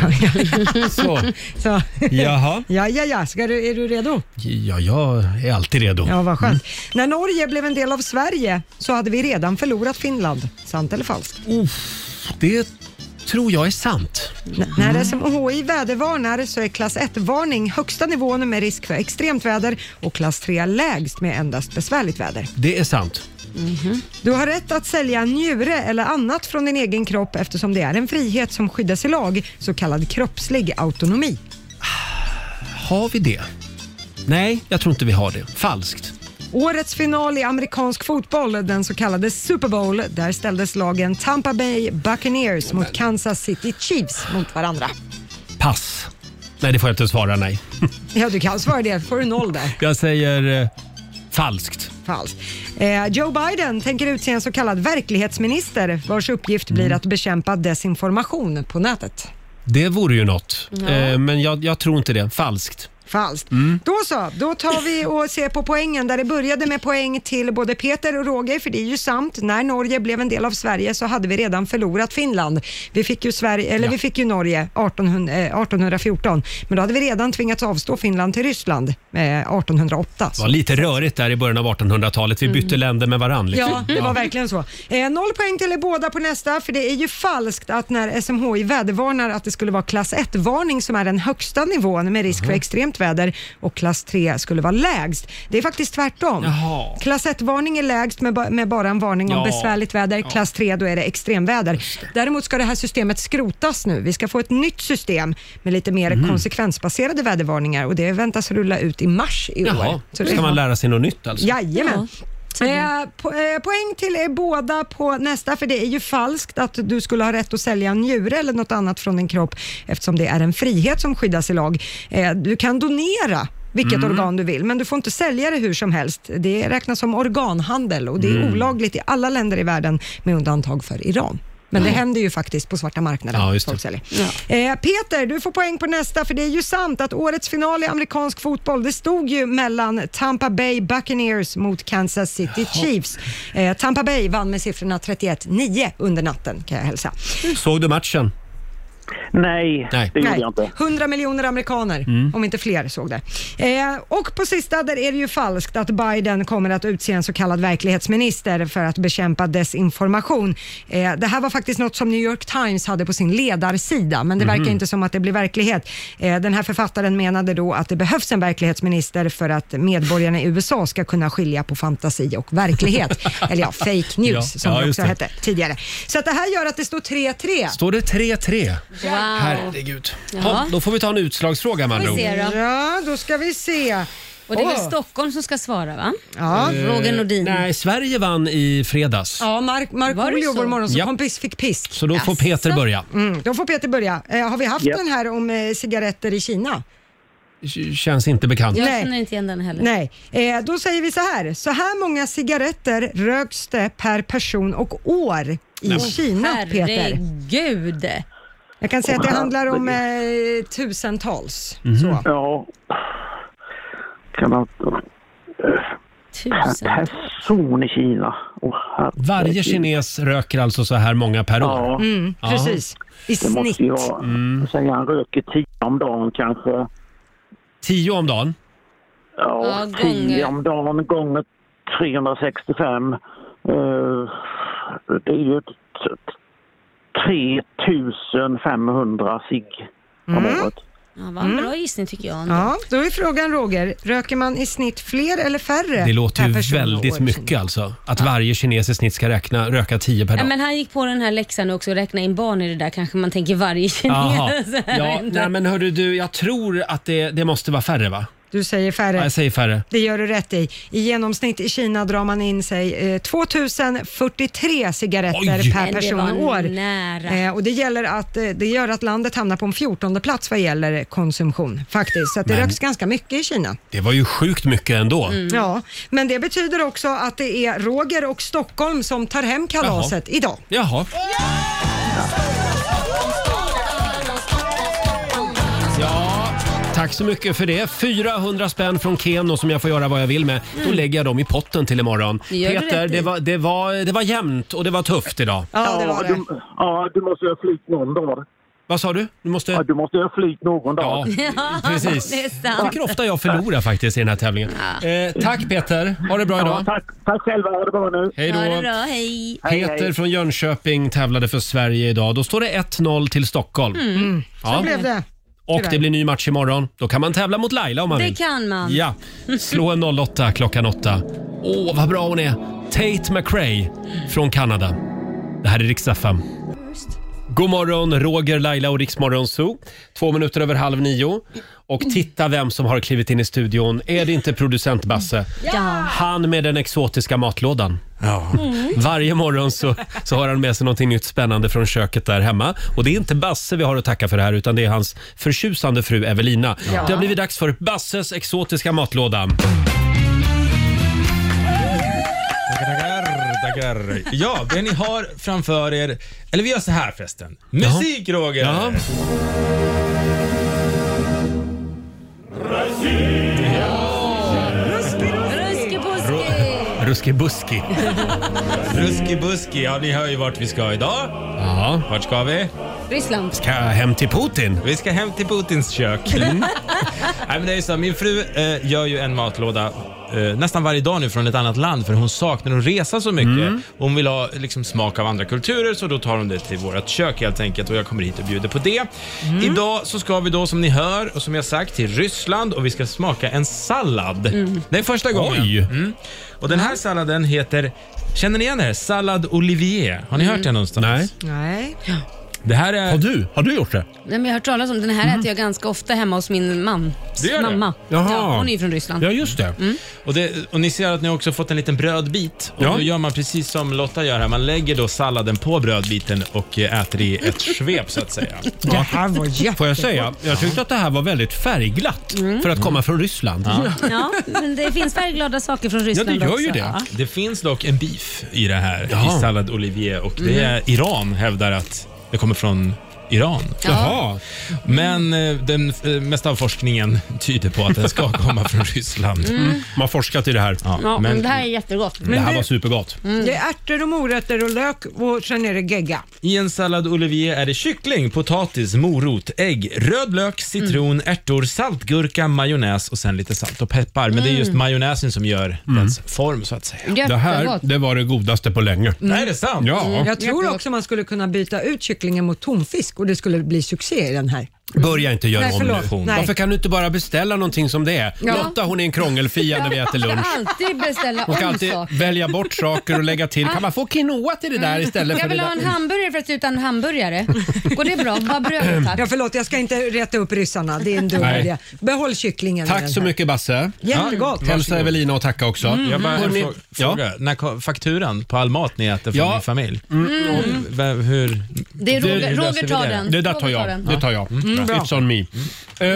S2: Så. så.
S1: Jaha.
S2: Ja, ja, ja. Ska du, är du redo?
S1: Ja, jag är alltid redo.
S2: Ja, vad skönt.
S13: Mm.
S2: När Norge blev en del av Sverige så hade vi redan förlorat Finland. Sant eller falskt?
S1: Det tror jag är sant.
S13: Mm.
S2: När SMHI vädervarnar så är klass 1-varning högsta nivån med risk för extremt väder och klass 3 lägst med endast besvärligt väder.
S1: Det är sant.
S2: Du har rätt att sälja en njure eller annat från din egen kropp eftersom det är en frihet som skyddas i lag, så kallad kroppslig autonomi.
S1: Har vi det? Nej, jag tror inte vi har det. Falskt.
S2: Årets final i amerikansk fotboll, den så kallade Super Bowl, där ställdes lagen Tampa Bay Buccaneers mot Kansas City Chiefs mot varandra.
S1: Pass. Nej, det får jag inte svara nej.
S2: Ja, du kan svara det. får du noll där.
S1: Jag säger eh, falskt.
S2: Falskt. Eh, Joe Biden tänker utse en så kallad verklighetsminister vars uppgift blir att bekämpa desinformation på nätet.
S1: Det vore ju något.
S2: Ja.
S1: Eh, men jag, jag tror inte det. Falskt.
S2: Falskt.
S1: Mm.
S2: Då så, då tar vi och ser på poängen där det började med poäng till både Peter och Roger, för det är ju sant. När Norge blev en del av Sverige så hade vi redan förlorat Finland. Vi fick ju, Sverige, eller vi fick ju Norge 1800, eh, 1814, men då hade vi redan tvingats avstå Finland till Ryssland eh, 1808.
S1: Det var lite rörigt där i början av 1800-talet. Vi bytte länder med varandra. Liksom.
S2: Mm. Ja, det var verkligen så. Eh, noll poäng till er båda på nästa, för det är ju falskt att när SMHI vädervarnar att det skulle vara klass 1-varning som är den högsta nivån med risk för extremt väder och klass 3 skulle vara lägst. Det är faktiskt tvärtom.
S1: Jaha.
S2: Klass 1-varning är lägst med, ba- med bara en varning om
S1: Ja.
S2: besvärligt väder. Klass 3 då är det extremväder. Däremot ska det här systemet skrotas nu. Vi ska få ett nytt system med lite mer
S1: Mhm.
S2: konsekvensbaserade vädervarningar och det väntas rulla ut i mars i år.
S1: Jaha,
S2: Så
S1: då
S2: det-
S1: ska man lära sig något nytt alltså.
S2: Jajamän. Eh, po eh, poäng till er båda på nästa, för det är ju falskt att du skulle ha rätt att sälja en njure eller något annat från din kropp eftersom det är en frihet som skyddas i lag. Eh, du kan donera vilket
S14: Mm.
S2: organ du vill, men du får inte sälja det hur som helst. Det räknas som organhandel och det är
S1: Mm.
S2: olagligt i alla länder i världen med undantag för Iran. Men det
S1: Ja.
S2: händer ju faktiskt på svarta marknaden.
S1: Ja, just det.
S2: folk säljer. Eh, Peter, du får poäng på nästa, för det är ju sant att årets final i amerikansk fotboll, det stod ju mellan Tampa Bay Buccaneers mot Kansas City Chiefs. Eh, Tampa Bay vann med siffrorna 31-9 under natten, kan jag hälsa.
S1: Såg du matchen?
S13: Nej, det gjorde jag inte.
S2: 100 miljoner amerikaner,
S13: Mm.
S2: om inte fler, såg det. Eh, och på sista, där är det ju falskt att Biden kommer att utse en så kallad verklighetsminister för att bekämpa desinformation. Eh, det här var faktiskt något som New York Times hade på sin ledarsida, men det
S14: Mhm.
S2: verkar inte som att det blir verklighet. Eh, den här författaren menade då att det behövs en verklighetsminister för att medborgarna i USA ska kunna skilja på fantasi och verklighet. Eller ja, fake news,
S1: Ja,
S2: som
S1: ja,
S2: det
S1: just
S2: också
S1: det.
S2: hette tidigare. Så att det här gör att det står 3-3.
S1: Står det 3-3?
S2: Wow.
S1: Herregud.
S2: Ja.
S1: Ja, då får vi ta en utslagsfråga med andra ord.
S2: Ja, då ska vi se.
S5: Och det är väl
S2: Åh.
S5: Stockholm som ska svara va?
S2: Ja.
S1: Eh,
S5: Roger Nordin.
S1: Nej, Sverige vann i fredags.
S2: Ja, Mark,
S5: Var det
S2: Markoolio,
S5: så?
S2: vår
S1: Ja.
S2: morgonsåkompis, fick pisk.
S1: Så då får Peter börja.
S2: Mm, då får Peter börja. Eh, har vi haft
S1: Ja.
S2: den här om eh, cigaretter i Kina?
S1: K- Känns inte bekant.
S5: Jag känner inte igen den heller.
S2: Nej, eh, då säger vi så här. Så här många cigaretter röks det per person och år i
S5: men-
S2: Kina, Peter.
S5: Herregud.
S2: Jag kan säga att det handlar om eh, tusentals.
S1: Mm.
S2: Så.
S13: Ja. Kan man... Per person i Kina. Åh, herregud.
S1: Varje kines röker alltså så här många per år?
S13: Mm,
S1: Ja.
S13: precis. I Det måste snitt. ju vara-
S1: Mm.
S13: Säger han röker tio om dagen kanske.
S1: Tio om dagen?
S13: Ja,
S5: Ja,
S13: tio
S5: gånger.
S13: om dagen gånger 365. eh, det är ju t- t- 3500 cigg om året.
S5: Ja, vad en bra gissning tycker jag. ändå.
S2: Ja, då är frågan Roger, röker man i snitt fler eller färre?
S1: Det låter
S2: per
S1: ju
S2: person och år
S1: väldigt
S2: i Kina?
S1: mycket alltså. Att varje kines i snitt ska räkna, röka tio per
S5: Ja,
S1: dag.
S5: men han gick på den här läxan också, räkna in barn i det där kanske man tänker varje kines.
S1: Jaha. Ja,
S5: ja,
S1: nej, men hörru du, jag tror att det, det måste vara färre va?
S2: Du säger färre.
S1: Ja, jag säger färre.
S2: Det gör du rätt i. I genomsnitt i Kina drar man in sig eh, 2043 cigaretter
S5: Oj! Men
S2: per
S5: det
S2: person
S5: var
S2: och år.
S5: nära.
S2: Eh, och det, gäller att, eh, det gör att landet hamnar på en 14 plats vad gäller konsumtion faktiskt. Så att det
S1: Men-
S2: röks ganska mycket i Kina.
S1: Det var ju sjukt mycket ändå.
S5: Mm.
S2: Ja, men det betyder också att det är Roger och Stockholm som tar hem kalaset
S1: Jaha.
S2: idag.
S1: Jaha. Ja, tack så mycket för det. 400 spänn från Ken och som jag får göra vad jag vill med. Då
S5: Mm.
S1: lägger jag dem i potten till imorgon.
S5: Det gör du
S1: Peter,
S5: rätt i.
S1: det var, det, var, det var jämnt och det var tufft idag.
S13: Du, ja, du måste ju ha flytt någon dag.
S1: Vad sa du? Du måste...
S13: Ja, du måste ju ha flytt någon dag.
S5: Ja,
S1: Precis.
S5: det är
S1: Jag
S5: sant.
S1: tycker ofta jag förlorar faktiskt i den här tävlingen. Eh, tack Peter, ha det bra idag.
S13: tack, tack själva, ha det bra nu.
S1: Hej då.
S5: Ha det bra, hej.
S1: Peter från Jönköping tävlade för Sverige idag. Då står det 1-0 till Stockholm.
S5: Mm.
S1: Ja.
S2: Så blev det.
S1: Och
S2: Tyvärr.
S1: det blir ny match imorgon. Då kan man tävla mot Laila om man
S5: Det
S1: vill.
S5: kan man.
S1: Ja. Slå en 08 klockan 8. Åh, vad bra hon är! Tate McRae från Kanada. Det här är riksdag 5. God morgon, Roger, Laila och Riksmorgon Zoo. Två minuter över halv nio. Och titta vem som har klivit in i studion. Är det inte producent Basse?
S5: Ja.
S1: Han med den exotiska matlådan.
S5: Mm.
S1: Varje morgon så, så har han med sig någonting nytt spännande från köket där hemma. Och det är inte Basse vi har att tacka för det här utan det är hans förtjusande fru Evelina.
S5: Ja.
S1: Det har blivit dags för Basses exotiska matlåda.
S3: Tackar, tackar. Ja, det ni har framför er... Eller vi gör så här förresten. Musik, Roger!
S5: Ruskibuski.
S1: Ruskibuski.
S3: Ruskibuski, ja ni hör ju vart vi ska idag.
S1: Ja.
S3: Vart ska vi?
S5: Ryssland.
S1: Ska hem till Putin.
S3: Vi ska hem till Putins kök.
S1: Mm.
S3: Nej, men det är ju så, min fru eh, gör ju en matlåda eh, nästan varje dag nu från ett annat land för hon saknar att resa så mycket. Hon vill ha liksom, smak av andra kulturer så då tar hon det till vårt kök helt enkelt och jag kommer hit och bjuder på det. Idag så ska vi då som ni hör och som jag sagt till Ryssland och vi ska smaka en sallad. Det är första gången.
S1: Oj.
S3: Mm. Och den här salladen heter, känner ni igen det här? Sallad Olivier. Har ni hört det någonstans? Nej.
S2: Nej.
S3: Det här är... Har
S1: du? Har du gjort det?
S5: Nej, men jag har hört talas om den här äter jag ganska ofta hemma hos min man.
S3: Det gör det?
S5: mamma.
S3: Jaha.
S5: Ja, Mm. hon är ju från Ryssland.
S1: Ja, just det.
S3: Och, det, och ni ser att ni också fått en liten brödbit. Och
S5: Ja.
S3: Då gör man precis som Lotta gör här. Man lägger då salladen på brödbiten och eh, äter i ett svep så att säga.
S2: Det här var
S1: Får jag
S2: jättegott.
S1: säga, jag tyckte att det här var väldigt färgglatt
S5: Mm.
S1: för att komma från Ryssland.
S5: Ja, men det finns färgglada saker från
S3: Ja,
S5: Ryssland
S3: det gör
S5: också.
S3: ju det.
S5: Ja.
S3: Det finns dock en beef i det här,
S1: Jaha.
S3: i sallad Olivier. Och det
S5: Mm.
S3: är Iran hävdar att det kommer från Iran.
S1: Ja. Jaha.
S3: Men eh, den eh, mesta av forskningen tyder på att den ska komma från Ryssland.
S5: Mm. Mm.
S3: Man har forskat i det här. Ja,
S5: Ja,
S3: men
S5: men det här är jättegott.
S1: Mm.
S3: supergott.
S2: Det är ärtor och morötter och lök och sen är det gegga.
S3: I en sallad Olivier är det kyckling, potatis, morot, ägg, röd lök, citron, ärtor, saltgurka, majonnäs och sen lite salt och peppar. Men det är just
S14: Mm.
S3: majonnäsen som gör dens form så att säga.
S2: Jättegott. Det här,
S3: det var det godaste på länge. Nej, det är sant.
S2: Mm. Jag tror också man skulle kunna byta ut kycklingen mot tonfisk och det skulle bli succé i den här.
S1: Börja inte göra
S2: Nej, förlåt.
S1: om nu.
S2: Nej.
S1: Varför kan du inte bara beställa någonting som det är?
S5: Ja.
S1: Lotta hon är en krångelfia när vi äter lunch.
S5: Jag ska alltid beställa
S1: Hon ska
S5: om
S1: alltid
S5: saker.
S1: välja bort saker och lägga till. Kan man få quinoa till det där istället för
S5: jag
S1: det
S5: vill ha en
S1: där?
S5: hamburgare för att utan hamburgare. Går det bra? Bara bröd tack.
S2: Ja, förlåt, jag ska inte reta upp ryssarna. Det är en dum
S1: Nej.
S2: idé. Behåll kycklingen. i
S1: Tack
S2: den
S1: så
S2: här.
S1: mycket Basse.
S2: Jättegott.
S1: Hälsa
S2: Varsågod.
S1: Evelina och tacka också.
S2: Mm.
S3: Jag bara en
S1: Hörrni-
S3: frå- fråga. När kom fakturan på all mat ni äter från
S1: Ja.
S3: din familj?
S1: Mm.
S3: Och v- Hur,
S5: Det är Roger-
S3: hur löser
S5: Roger
S3: vi
S5: tar
S3: det?
S5: den. Det där tar Roger jag. tar den. Det tar jag. Mm, bra.
S1: It's on me. Eh,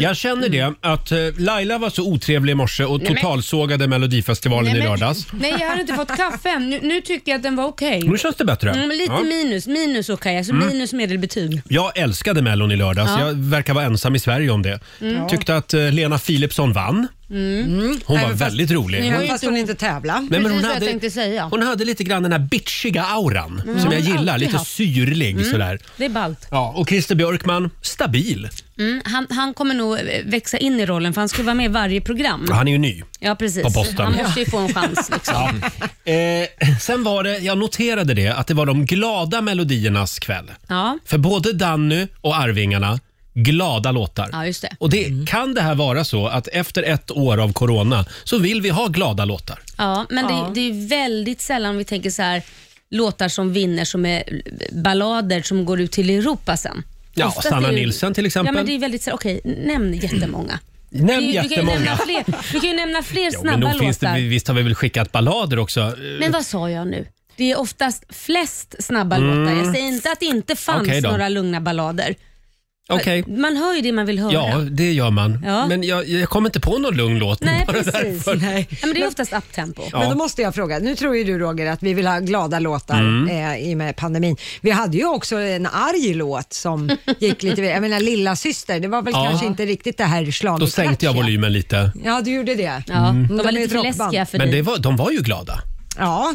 S1: Jag känner det att eh, Laila var så otrevlig i morse och
S5: Nej, men-
S1: totalsågade Melodifestivalen i
S5: men-
S1: lördags.
S5: Nej, jag har inte fått kaffe än. Nu, nu tycker jag att den var okej.
S1: Nu känns det bättre.
S5: Mm, lite
S1: Ja.
S5: minus. Minus okej. Alltså
S1: Mm.
S5: minus medelbetyg.
S1: Jag älskade Mellon i lördags.
S5: Ja.
S1: Jag verkar vara ensam i Sverige om det.
S5: Mm.
S1: Tyckte att eh, Lena Philipsson vann.
S5: Mm.
S1: Hon var väldigt rolig.
S2: Även fast hon inte tävlar.
S1: men hon hade-
S5: säga.
S1: Hon hade lite grann den här bitchiga auran
S5: Mm.
S1: som
S5: Har
S1: jag
S5: hon
S1: gillar.
S5: alltid
S1: Lite
S5: haft.
S1: syrlig
S5: Mm.
S1: sådär.
S5: Det är ballt.
S1: Ja, och Christer Björkman, stabil.
S5: Mm, han, han kommer nog eh, växa in i rollen för han skulle vara med i varje program.
S1: Han är ju ny.
S5: Ja, precis.
S1: På posten.
S5: Han måste ju få en chans. Liksom.
S1: Ja. Eh, sen var det, jag noterade det, att det var de glada melodiernas kväll.
S5: Ja.
S1: För både Danny och Arvingarna, glada låtar.
S5: ja, just det. Mm.
S1: Och det, Kan det här vara så att efter ett år av corona så vill vi ha glada låtar?
S5: Ja, men Det, det är väldigt sällan vi tänker så här låtar som vinner som är ballader som går ut till Europa sen.
S1: Ja,
S5: Oftast
S1: Sanna
S5: är det
S1: Nielsen till exempel.
S5: Ja, men det är väldigt, så här, okej, nämn jättemånga.
S1: Nämn
S5: du, du kan ju
S1: jättemånga.
S5: nämna fler, du kan ju nämna fler
S1: Jo, men
S5: snabba
S1: nog
S5: låtar.
S1: finns det, visst har vi väl skickat ballader också? Eh,
S5: Men vad sa jag nu? Det är oftast flest snabba
S1: Mm.
S5: låtar. Jag säger inte att det inte fanns
S1: Okej då.
S5: några lugna ballader.
S1: Okej.
S5: Man hör ju det man vill höra.
S1: Ja, det gör man.
S5: Ja.
S1: Men jag, jag kommer inte på någon lugn låt.
S5: Nej,
S1: bara
S5: precis.
S1: därför.
S5: Nej. Men det är oftast uptempo.
S1: Ja.
S2: Men då måste jag fråga, nu tror ju du Roger att vi vill ha glada låtar
S1: Mm.
S2: eh, i och med pandemin. Vi hade ju också en arg låt som gick lite, jag menar lilla syster, det var väl
S1: Ja.
S2: kanske inte riktigt det här slaget.
S1: Då sänkte jag volymen lite.
S2: Ja, du gjorde det.
S5: Ja,
S2: Mm.
S5: de var
S2: är
S5: lite
S2: ett
S5: för
S2: rockband.
S5: läskiga för
S1: Men
S5: dig.
S1: det var, de var ju glada.
S2: Ja,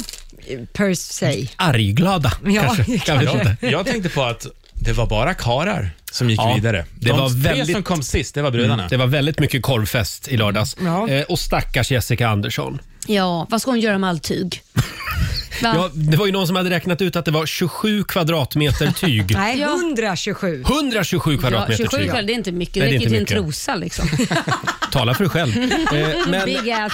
S2: per se.
S1: Argglada
S2: Ja,
S1: kanske. Kan vi
S3: jag,
S1: inte.
S3: jag tänkte på att det var bara karar som gick
S1: Ja,
S3: vidare.
S1: det
S3: De
S1: var
S3: tre
S1: väldigt-
S3: som kom sist, det var brudarna.
S1: Mm, det var väldigt mycket korvfest i lördags.
S5: Ja.
S1: Eh, och stackars Jessica Andersson.
S5: Ja, vad ska hon göra med allt tyg? Va?
S1: Ja, det var ju någon som hade räknat ut att det var 27 kvadratmeter tyg.
S2: Nej, 127.
S1: 127
S5: Ja,
S1: kvadratmeter
S5: 27
S1: tyg.
S5: kvadrat, det är inte mycket. Det
S1: Nej, det är
S5: räcker till en
S1: inte mycket.
S5: trosa liksom.
S1: Tala för dig själv. Eh, men
S5: Big ass.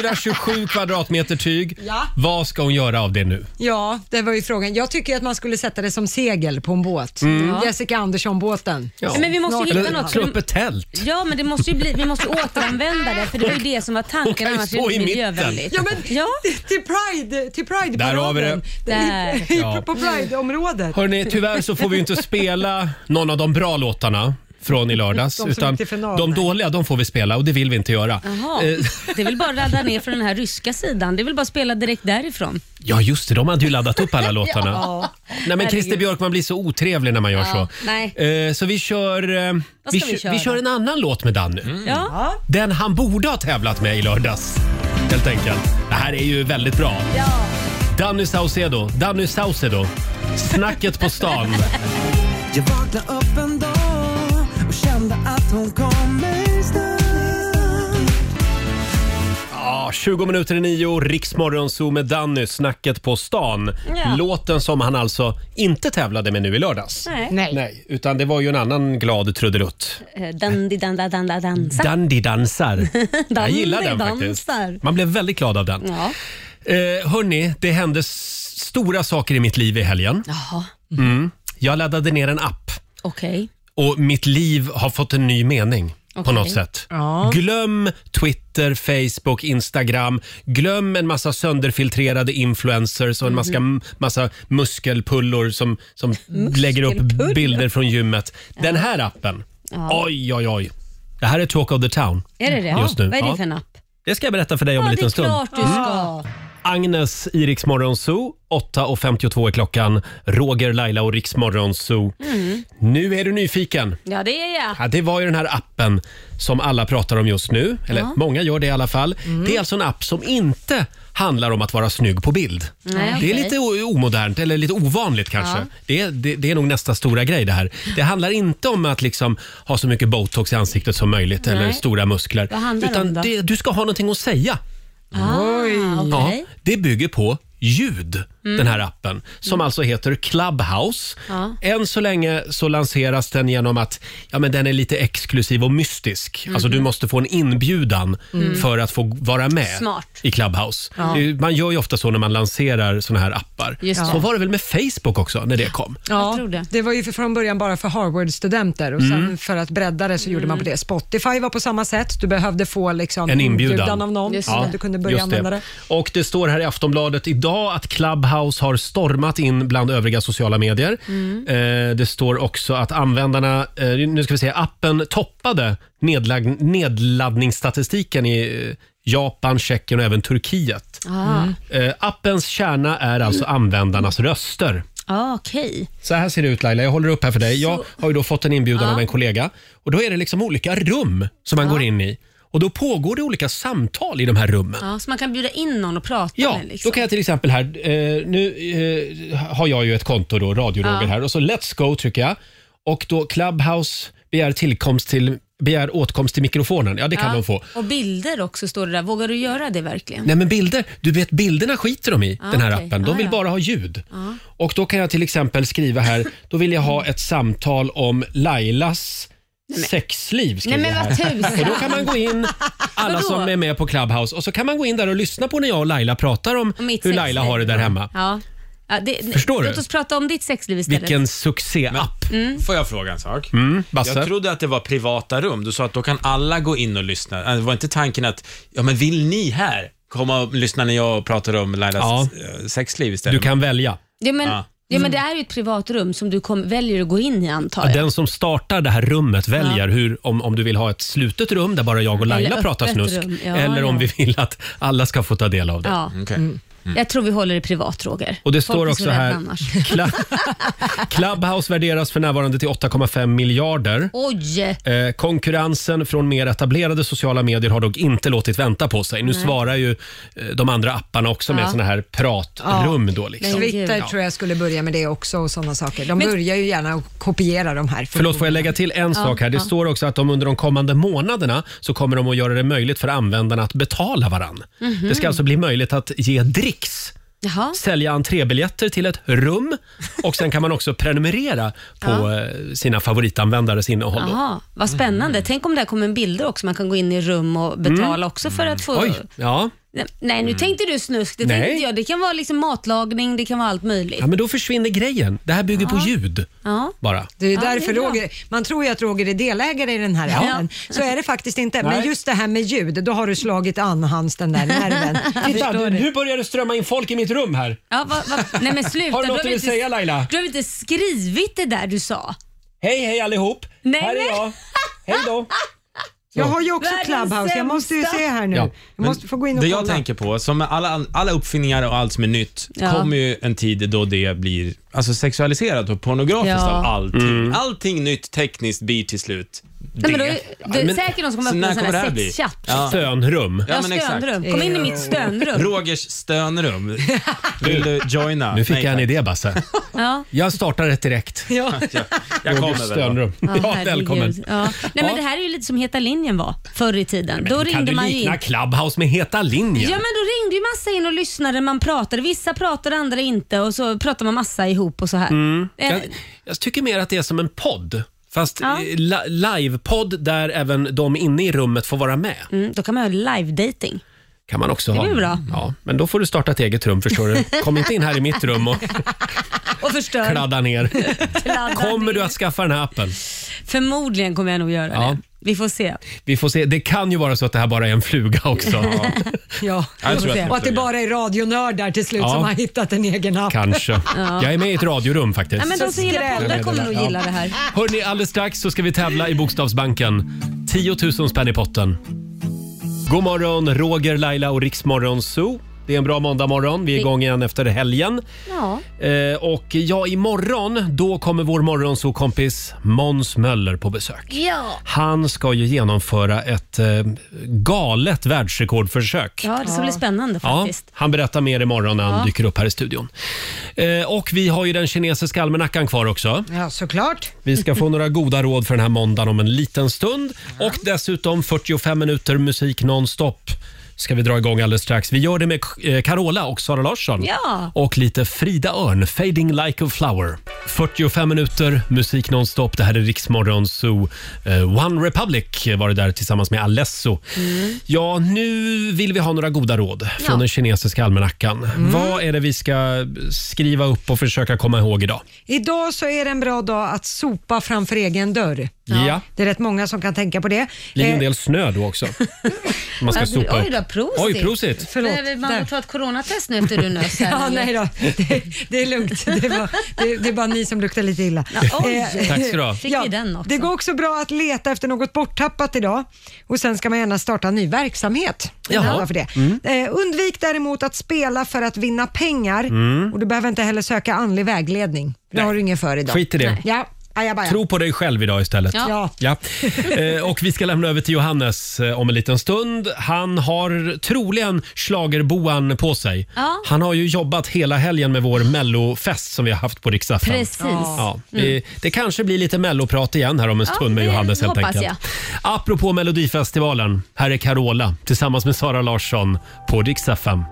S1: 127 kvadratmeter tyg.
S2: Ja.
S1: Vad ska hon göra av det nu?
S2: Ja, det var ju frågan. Jag tycker att man skulle sätta det som segel på en båt.
S1: Mm. Ja.
S2: Jessica Andersson-båten.
S5: Men vi måste ju hitta något.
S1: Slå upp ett tält.
S5: Ja, men det måste ju bli, vi måste återanvända det för det var ju det som var
S2: Hon
S5: tanken.
S2: kan ju
S5: Annars är
S2: stå
S5: det
S2: i
S5: inte
S2: mitten.
S5: miljövänligt.
S2: Ja, men-
S5: ja.
S2: Till Pride, till Pride
S1: Där har vi det.
S5: Där.
S1: Ja.
S2: På Pride-området.
S1: Hörrni, tyvärr så får vi inte spela någon av de bra låtarna från i lördags.
S5: De som
S1: utan
S5: gick till final,
S1: de
S5: nej.
S1: dåliga de får vi spela och det vill vi inte göra.
S5: Jaha.
S1: Eh,
S5: Det är väl bara att ladda ner från den här ryska sidan. Det är väl bara att spela direkt därifrån.
S1: Ja, just det. De hade ju laddat upp alla låtarna.
S5: Ja.
S1: Nej, men
S5: Herregud.
S1: Christer Björkman blir så otrevlig när man gör
S5: Ja,
S1: så.
S5: nej.
S1: Eh, Så vi kör, eh,
S5: Vad
S1: vi,
S5: ska
S1: kö- vi
S5: vi köra? Mm.
S1: kör en annan låt med Danny.
S5: Ja.
S1: Den han borde ha tävlat med i lördags. Helt enkelt. Det här är ju väldigt bra. Danny Saucedo, Danny Saucedo. Snacket på stan.
S7: Jag vaknade upp en dag och kände att hon kommer snart.
S1: Ja, 20 minuter i nio, Riksmorgonzoo med Danny, Snacket på stan.
S7: Ja.
S1: Låten som han alltså inte tävlade med nu i lördags.
S5: Nej.
S1: utan det var ju en annan glad trudelutt.
S5: Eh, Dandi, danda, danda, dansa.
S1: Dandy dansar. Jag gillar den
S5: Dandy
S1: faktiskt.
S5: dansar.
S1: Man blev väldigt glad av den.
S5: Ja.
S1: Eh, hörni, det hände s- stora saker i mitt liv i helgen.
S5: Jaha,
S1: Mm. Jag laddade ner en app
S5: okej.
S1: och mitt liv har fått en ny mening på
S5: Okej.
S1: något sätt.
S5: Ja.
S1: Glöm Twitter, Facebook, Instagram. Glöm en massa sönderfiltrerade influencers och en massa, massa muskelpullor som, som lägger upp
S5: Mhm. Muskelpullor?
S1: bilder från gymmet. Den här appen,
S5: Ja.
S1: oj, oj, oj. Det här är Talk of the Town.
S5: Är det det?
S1: Mm. Just nu.
S5: Vad är
S1: Ja.
S5: det för en app?
S1: Det ska jag berätta för dig om
S5: Ja,
S1: en
S5: det
S1: liten
S5: är
S1: stund.
S5: klart du
S1: Mm.
S5: ska.
S1: Agnes i Rix Morgon Zoo. 8.52 är klockan. Roger, Laila och Rix Morgon Zoo.
S5: Mm.
S1: Nu är du nyfiken.
S5: Ja, det är jag.
S1: Ja, det var ju den här appen som alla pratar om just nu. Eller
S5: Ja. Mm.
S1: många gör det i alla fall. Det är alltså en app som inte handlar om att vara snygg på bild.
S5: Nej,
S1: Det
S5: okej.
S1: är lite o- omodernt, eller lite ovanligt kanske.
S5: Ja.
S1: Det, är- det, det är nog nästa stora grej det här. Det handlar inte om att liksom ha så mycket botox i ansiktet som möjligt eller
S5: Nej.
S1: stora muskler.
S5: Vad handlar det
S1: Utan
S5: om då?
S1: det, du ska ha någonting att säga.
S5: Ah, okej.
S1: Ja, det bygger på ljud,
S5: Mm.
S1: den här appen, som alltså heter Clubhouse.
S5: Ja.
S1: Än så länge så lanseras den genom att ja, men den är lite exklusiv och mystisk.
S5: Mm.
S1: Alltså du måste få en inbjudan
S5: Mm.
S1: för att få vara med
S5: Smart.
S1: i Clubhouse.
S5: Ja.
S1: Det är ju- Man gör ju ofta så när man lanserar såna här appar.
S2: Just det.
S1: Så var det väl med Facebook också när det kom?
S2: Ja, det. var ju för- från början bara för Harvard-studenter och
S1: Mm.
S2: sen för att bredda det så gjorde man på det. Spotify var på samma sätt. Du behövde få liksom
S1: En inbjudan.
S2: av någon
S1: Just
S2: så
S1: det.
S2: att du kunde börja
S1: Just
S2: använda det.
S1: Och det står här i Aftonbladet idag att Clubhouse har stormat in bland övriga sociala medier.
S7: Mm.
S1: Eh, det står också att användarna, eh, nu ska vi se, appen toppade nedlag- nedladdningsstatistiken i eh, Japan, Tjeckien och även Turkiet.
S5: Ah. Mm.
S1: Eh, appens kärna är alltså användarnas röster.
S5: Ah, Okej.
S1: Så här ser det ut Laila, jag håller upp här för dig. Jag har ju då fått en inbjudan
S5: Ja.
S1: av en kollega och då är det liksom olika rum som man går in i. Och då pågår det olika samtal i de här rummen.
S5: Ja, så man kan bjuda in någon och prata
S1: Ja,
S5: med. Liksom.
S1: då kan jag till exempel här, eh, nu eh, har jag ju ett konto då, radioroger
S5: Ja.
S1: här och så let's go trycker jag och då Clubhouse begär tillkomst till, begär åtkomst till mikrofonen. Ja, det kan
S5: Ja.
S1: de få.
S5: Och bilder också står det där. Vågar du göra det verkligen?
S1: Nej men bilder, du vet bilderna skiter de i
S5: Ja,
S1: den här
S5: Ah, okej.
S1: appen. De
S5: Ja,
S1: vill
S5: ja.
S1: bara ha ljud.
S5: Ja. Mm.
S1: Och då kan jag till exempel skriva här, då vill jag ha ett samtal om Lailas sexliv. skriver
S7: Nej, men
S1: jag
S7: vad
S1: här.
S7: tusan.
S1: Och då kan man gå in, alla
S5: Vadå?
S1: som är med på Clubhouse, och så kan man gå in där och lyssna på när jag och Laila pratar om
S5: Och mitt
S1: hur Laila
S5: sexliv.
S1: har det där hemma.
S5: Ja. Ja, det,
S1: Förstår du?
S5: Låt oss prata om ditt sexliv istället.
S1: Vilken succéapp!
S5: Mm.
S3: Får jag fråga en sak?
S1: Mm, Basse?
S3: Jag trodde att det var privata rum. Du sa att då kan alla gå in och lyssna. Äh, Det var inte tanken att, ja men vill ni här komma och lyssna när jag pratar om Lailas
S1: Ja.
S3: eh, sexliv istället?
S1: Du kan välja.
S5: Ja, men,
S1: Ja.
S5: ja, men det är ju ett privat rum som du kom, väljer att gå in i antar jag.
S1: Mm. Den som startar det här rummet väljer hur, om, om du vill ha ett slutet rum där bara jag och Laila
S5: Eller
S1: pratar
S5: öppet
S1: snusk.
S5: rum. Ja,
S1: eller om
S5: ja.
S1: vi vill att alla ska få ta del av det.
S5: Ja. Mm. Jag tror vi håller det privat Roger.
S1: Och det
S5: Folk
S1: står
S5: är så
S1: också
S5: rädda
S1: här-
S5: Annars.
S1: Clubhouse värderas för närvarande till 8,5 miljarder.
S5: Oj!
S1: Eh, konkurrensen från mer etablerade sociala medier har dock inte låtit vänta på sig. Nu
S2: Nej.
S1: svarar ju eh, de andra apparna också med
S2: Ja.
S1: såna här pratrum. Då, liksom.
S2: Twitter
S1: Ja.
S2: tror jag skulle börja med det också och sådana saker. De börjar ju gärna att kopiera de här.
S1: Förlåt, får jag lägga till en
S2: Ja,
S1: sak här? Det
S2: ja.
S1: står också att de under de kommande månaderna så kommer de att göra det möjligt för användarna att betala varann.
S5: Mhm.
S1: Det ska alltså bli möjligt att ge dricks
S5: Jaha.
S1: sälja entrébiljetter till ett rum och sen kan man också prenumerera på
S5: Ja.
S1: eh, sina favoritanvändares innehåll. då.
S5: Jaha. Vad spännande. Tänk om det här kommer en bilder också. Man kan gå in i rum och betala
S1: Mm.
S5: också för att få...
S1: Oj, ja.
S5: Nej, Nej, nu tänkte du snusk. Det,
S1: Mm. Nej.
S5: tänkte inte jag. det kan vara liksom matlagning, det kan vara allt möjligt.
S1: ja, men då försvinner grejen. Det här bygger på ljud
S5: Ja.
S1: bara.
S2: Det är ju
S5: Ja, det är
S2: därför
S5: bra.
S2: Roger, man tror ju att Roger är delägare i den här
S1: Ja.
S2: appen. Så är det faktiskt inte. Men
S1: Nej.
S2: just det här med ljud, då har du slagit an hans den där nerven.
S1: Titta, nu nu börjar det strömma in folk i mitt rum här.
S5: Ja, va, va? Nej men sluta.
S1: Har du något
S5: väl
S1: du vill
S5: inte-
S1: säga, Laila?
S5: Du har väl inte skrivit det där du sa?
S1: Hej, hej allihop.
S5: Nej,
S1: här är
S5: men-
S1: jag. Hej då.
S2: Jag har ju också
S5: Världens
S2: Clubhouse, jag måste ju
S5: sämsta.
S2: se här nu.
S3: Ja,
S2: Jag
S3: men
S2: måste få gå in och
S3: det
S2: kolla.
S3: jag tänker på, som med alla, alla uppfinningar och allt som är nytt,
S2: Ja.
S3: kommer ju en tid då det blir alltså, sexualiserat och pornografiskt
S5: Ja.
S3: av allting.
S5: Mm.
S3: Allting nytt tekniskt blir till slut
S5: Nej, men då,
S3: det.
S5: det är säkert någon som kommer
S3: Så
S5: öppna
S3: när
S5: en sån
S3: kommer det
S5: här
S3: här bli?
S5: sexchatt. liksom.
S3: Ja.
S1: Stönrum.
S5: Ja, stönrum. Kom in i mitt stönrum.
S3: Rogers stönrum. Vill du joina?
S1: Nu fick
S3: Nej,
S1: jag en
S3: tack.
S1: idé, Basse.
S5: Ja.
S1: Jag startar ett direkt.
S2: Ja.
S3: Jag, jag
S1: Rogers
S3: kommer väl.
S1: stönrum.
S5: Ja,
S1: Ja,
S5: herregud.
S1: välkommen.
S5: Ja. Nej, men det här är ju lite som Heta linjen var förr i tiden. då
S1: kan
S5: ringde
S1: du
S5: man ju in.
S1: likna Clubhouse med Heta linjen?
S5: Ja men då ringde ju massa in och lyssnade, man pratade. Vissa pratade, andra inte och så pratade man massa ihop och så här.
S1: Mm.
S5: Eh,
S1: Jag, jag tycker mer att det är som en podd. Fast
S5: Ja.
S1: eh, la, livepodd där även de inne i rummet får vara med.
S5: Mm, då kan man ha live-dating.
S1: Kan man också
S5: Det
S1: ha.
S5: blir bra.
S1: Ja, men då får du starta ett eget rum förstår du. Kom inte in här i mitt rum och
S5: Och förstör.
S1: kladda ner.
S5: Kladda
S1: Kommer
S5: ner.
S1: du att skaffa den här appen?
S5: Förmodligen kommer jag nog göra
S1: Ja.
S5: det. Vi får se.
S1: Vi får se. Det kan ju vara så att det här bara är en fluga också.
S2: Ja,
S1: Ja, jag tror att det
S2: och att det
S1: funkar.
S2: bara är radionördar till slut
S1: Ja.
S2: som har hittat en egen app.
S1: Kanske. Jag är med i ett radiorum faktiskt.
S5: Nej, men de som gillar poddar kommer nog
S1: Ja.
S5: gilla det här.
S1: Hörni, alldeles strax så ska vi tävla i Bokstavsbanken. 10 000 spänn i potten. God morgon, Roger, Laila och Riksmorgon Zoo. Det är en bra måndagmorgon. Vi är igång igen efter helgen.
S5: Ja.
S1: Eh, och ja, imorgon då kommer vår morgonsokompis Måns Möller på besök.
S5: Ja.
S1: Han ska ju genomföra ett eh, galet världsrekordförsök.
S5: Ja, det ska bli spännande
S1: Ja,
S5: faktiskt.
S1: han berättar mer imorgon när han
S5: Ja.
S1: dyker upp här i studion. Eh, och vi har ju den kinesiska almanackan kvar också.
S2: Ja, såklart.
S1: Vi ska få några goda råd för den här måndagen om en liten stund. Och dessutom 45 minuter musik nonstop ska vi dra igång alldeles strax. Vi gör det med eh, Carola och Sara Larsson.
S5: Ja.
S1: Och lite Frida Örn, Fading Like a Flower. 45 minuter musik nonstop. Det här är Riksmorgon Zoo. Eh, One Republic var det där tillsammans med Alesso. Ja, nu vill vi ha några goda råd från
S2: Ja.
S1: den kinesiska almanackan. Vad är det vi ska skriva upp och försöka komma ihåg idag?
S2: Idag så är det en bra dag att sopa framför egen dörr.
S1: Ja. Ja.
S2: Det är rätt många som kan tänka på det.
S1: ligger en
S2: Eh,
S1: del snö då också. Man ska
S2: Ja,
S14: Alltså,
S1: sopa upp.
S2: oj då, prosit.
S1: Oj, prosit.
S14: Behöver man
S2: Där.
S14: ta ett coronatest nu efter du nös här?
S2: Ja,
S14: eller?
S2: nej då. Det, det är lugnt. Det är, bara, det, det är bara ni som luktar lite illa.
S14: Ja, oj.
S2: Eh,
S14: Tack ska du ha. Fick vi den också?
S2: Det går också bra att leta efter något borttappat idag och sen ska man gärna starta en ny verksamhet.
S7: Jaha.
S2: Kalla För det.
S7: Mm.
S2: Eh, undvik däremot att spela för att vinna pengar
S1: Mm.
S2: och du behöver inte heller söka andlig vägledning. Det har du ingen för idag.
S1: Skit i det. Nej.
S2: Ja. Ajabaja.
S1: Tro på dig själv idag istället.
S2: Ja.
S1: Ja. Eh, Och vi ska lämna över till Johannes eh, om en liten stund. Han har troligen schlagerboan på sig.
S14: Ja.
S1: Han har ju jobbat hela helgen med vår mellofest som vi har haft på Rix FM.
S14: Precis.
S1: Ja.
S14: Mm.
S1: Eh, Det kanske blir lite melloprat igen här om en
S14: Ja,
S1: stund med
S14: det
S1: Johannes helt
S14: hoppas
S1: enkelt. Apropå Melodifestivalen, här är Carola tillsammans med Sara Larsson på Rix FM.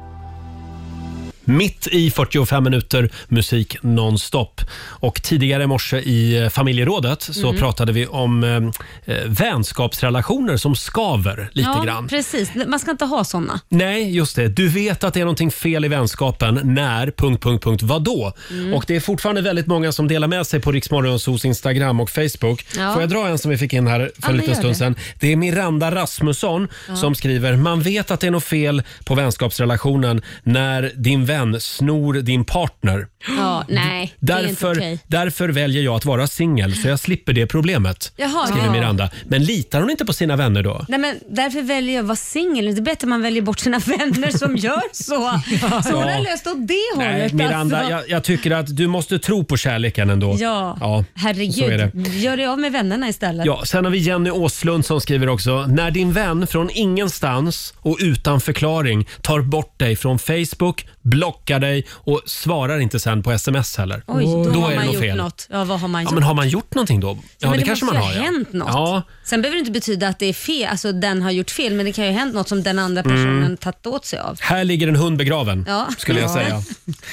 S1: Mitt i 45 minuter musik nonstop. Och tidigare i morse i eh, familjerådet så
S14: Mm.
S1: pratade vi om eh, eh, vänskapsrelationer som skaver lite
S14: ja,
S1: grann.
S14: precis. Man ska inte ha såna.
S1: Nej, just det. Du vet att det är någonting fel i vänskapen när... Punkt, punkt, punkt, vadå?
S14: Mm.
S1: Och det är fortfarande väldigt många som delar med sig på Riksmorgonsos Instagram och Facebook.
S14: Ja.
S1: Får jag dra en som vi fick in här för
S14: Ja, men
S1: en liten
S14: gör
S1: stund
S14: det.
S1: sedan? Det är Miranda Rasmusson
S14: Ja.
S1: som skriver “Man vet att det är något fel på vänskapsrelationen när din vän snor din partner.
S14: Ja, nej, det är inte
S1: Därför,
S14: okej.
S1: därför väljer jag att vara singel så jag slipper det problemet”,
S14: Jaha,
S1: skriver
S14: ja.
S1: Miranda. Men litar hon inte på sina vänner då?
S14: Nej, men därför väljer jag att vara singel. Det är bättre man väljer bort sina vänner som gör så. Så hon
S1: Ja.
S14: har löst åt det
S1: Nej,
S14: hållet.
S1: Miranda,
S14: alltså.
S1: jag, jag tycker att du måste tro på kärleken ändå.
S14: Ja.
S1: så är
S14: herregud.
S1: det.
S14: Gör dig av med vännerna istället.
S1: Ja, sen har vi Jenny Åslund som skriver också. När din vän från ingenstans och utan förklaring tar bort dig från Facebook, blockar dig och svarar inte sen på sms heller.
S14: Oj, då, har
S1: är det
S14: man
S1: något
S14: gjort
S1: fel.
S14: något. Ja, vad har man
S1: Ja,
S14: gjort?
S1: men har man gjort någonting då? Ja,
S14: men
S1: det, kanske man
S14: måste
S1: har.
S14: ju ha hänt
S1: ja.
S14: något.
S1: Ja,
S14: Sen behöver det inte betyda att det är fel, alltså den har gjort fel, men det kan ju ha hänt något som den andra personen
S1: Mm.
S14: tagit åt sig av.
S1: här ligger en hund begraven,
S14: Ja.
S1: skulle jag
S14: Ja.
S1: säga.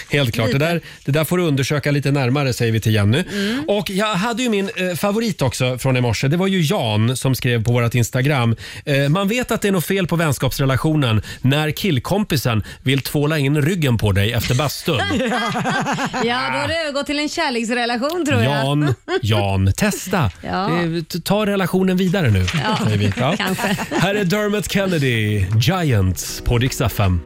S1: Helt klart. Det
S14: Lite.
S1: där, det där får du undersöka lite närmare, säger vi till Jenny.
S14: Mm.
S1: Och jag hade ju min eh, favorit också från i morse. Det var ju Jan som skrev på vårt Instagram. Eh, man vet att det är något fel på vänskapsrelationen när killkompisen vill tvåla in ryggen på dig efter bastun.
S14: ja, då har det övergått till en kärleksrelation tror jag.
S1: Jan, Jan, testa.
S14: Ja.
S1: Eh, t- Ta relationen vidare nu,
S14: Ja,
S1: säger vi. Ja.
S14: kanske.
S1: Här är Dermot Kennedy, Giants, på Rix FM.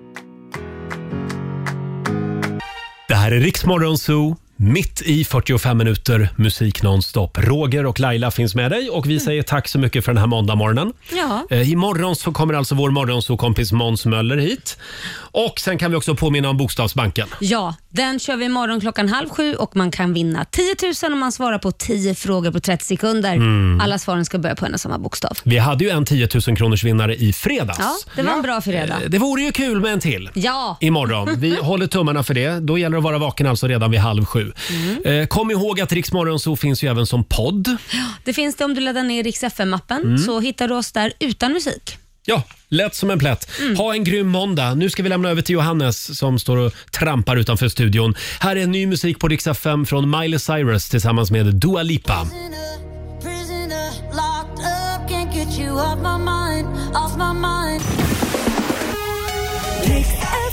S1: Det här är Riksmorgon Zoo. Mitt i 45 minuter musik nonstop. Roger och Laila finns med dig och vi säger tack så mycket för den här måndagmorgonen.
S14: Mm. Ja.
S1: Eh, Imorgon så kommer alltså vår morgonsokompis Måns Möller hit. Och sen kan vi också påminna om Bokstavsbanken.
S14: Ja, den kör vi imorgon klockan halv sju och man kan vinna 10 000 om man svarar på 10 frågor på 30 sekunder.
S1: Mm.
S14: Alla svaren ska börja på en och samma bokstav.
S1: Vi hade ju en 10 000 kronors vinnare i fredags.
S14: Ja, det var en bra fredag.
S1: Eh, Det vore ju kul med en till.
S14: Ja.
S1: Imorgon. Vi håller tummarna för det. Då gäller det att vara vaken alltså redan vid halv sju. Eh, Kom ihåg att Rix Morgon Zoo finns ju även som podd.
S14: Det finns det om du laddar ner Rix FM-appen
S1: Mm.
S14: så hittar du oss där utan musik.
S1: Ja, lätt som en plätt. Ha en grym måndag. Nu ska vi lämna över till Johannes som står och trampar utanför studion. Här är ny musik på Rix FM från Miley Cyrus tillsammans med Dua Lipa.
S7: Prisoner, locked up, can't get you off my mind, off my mind. Rix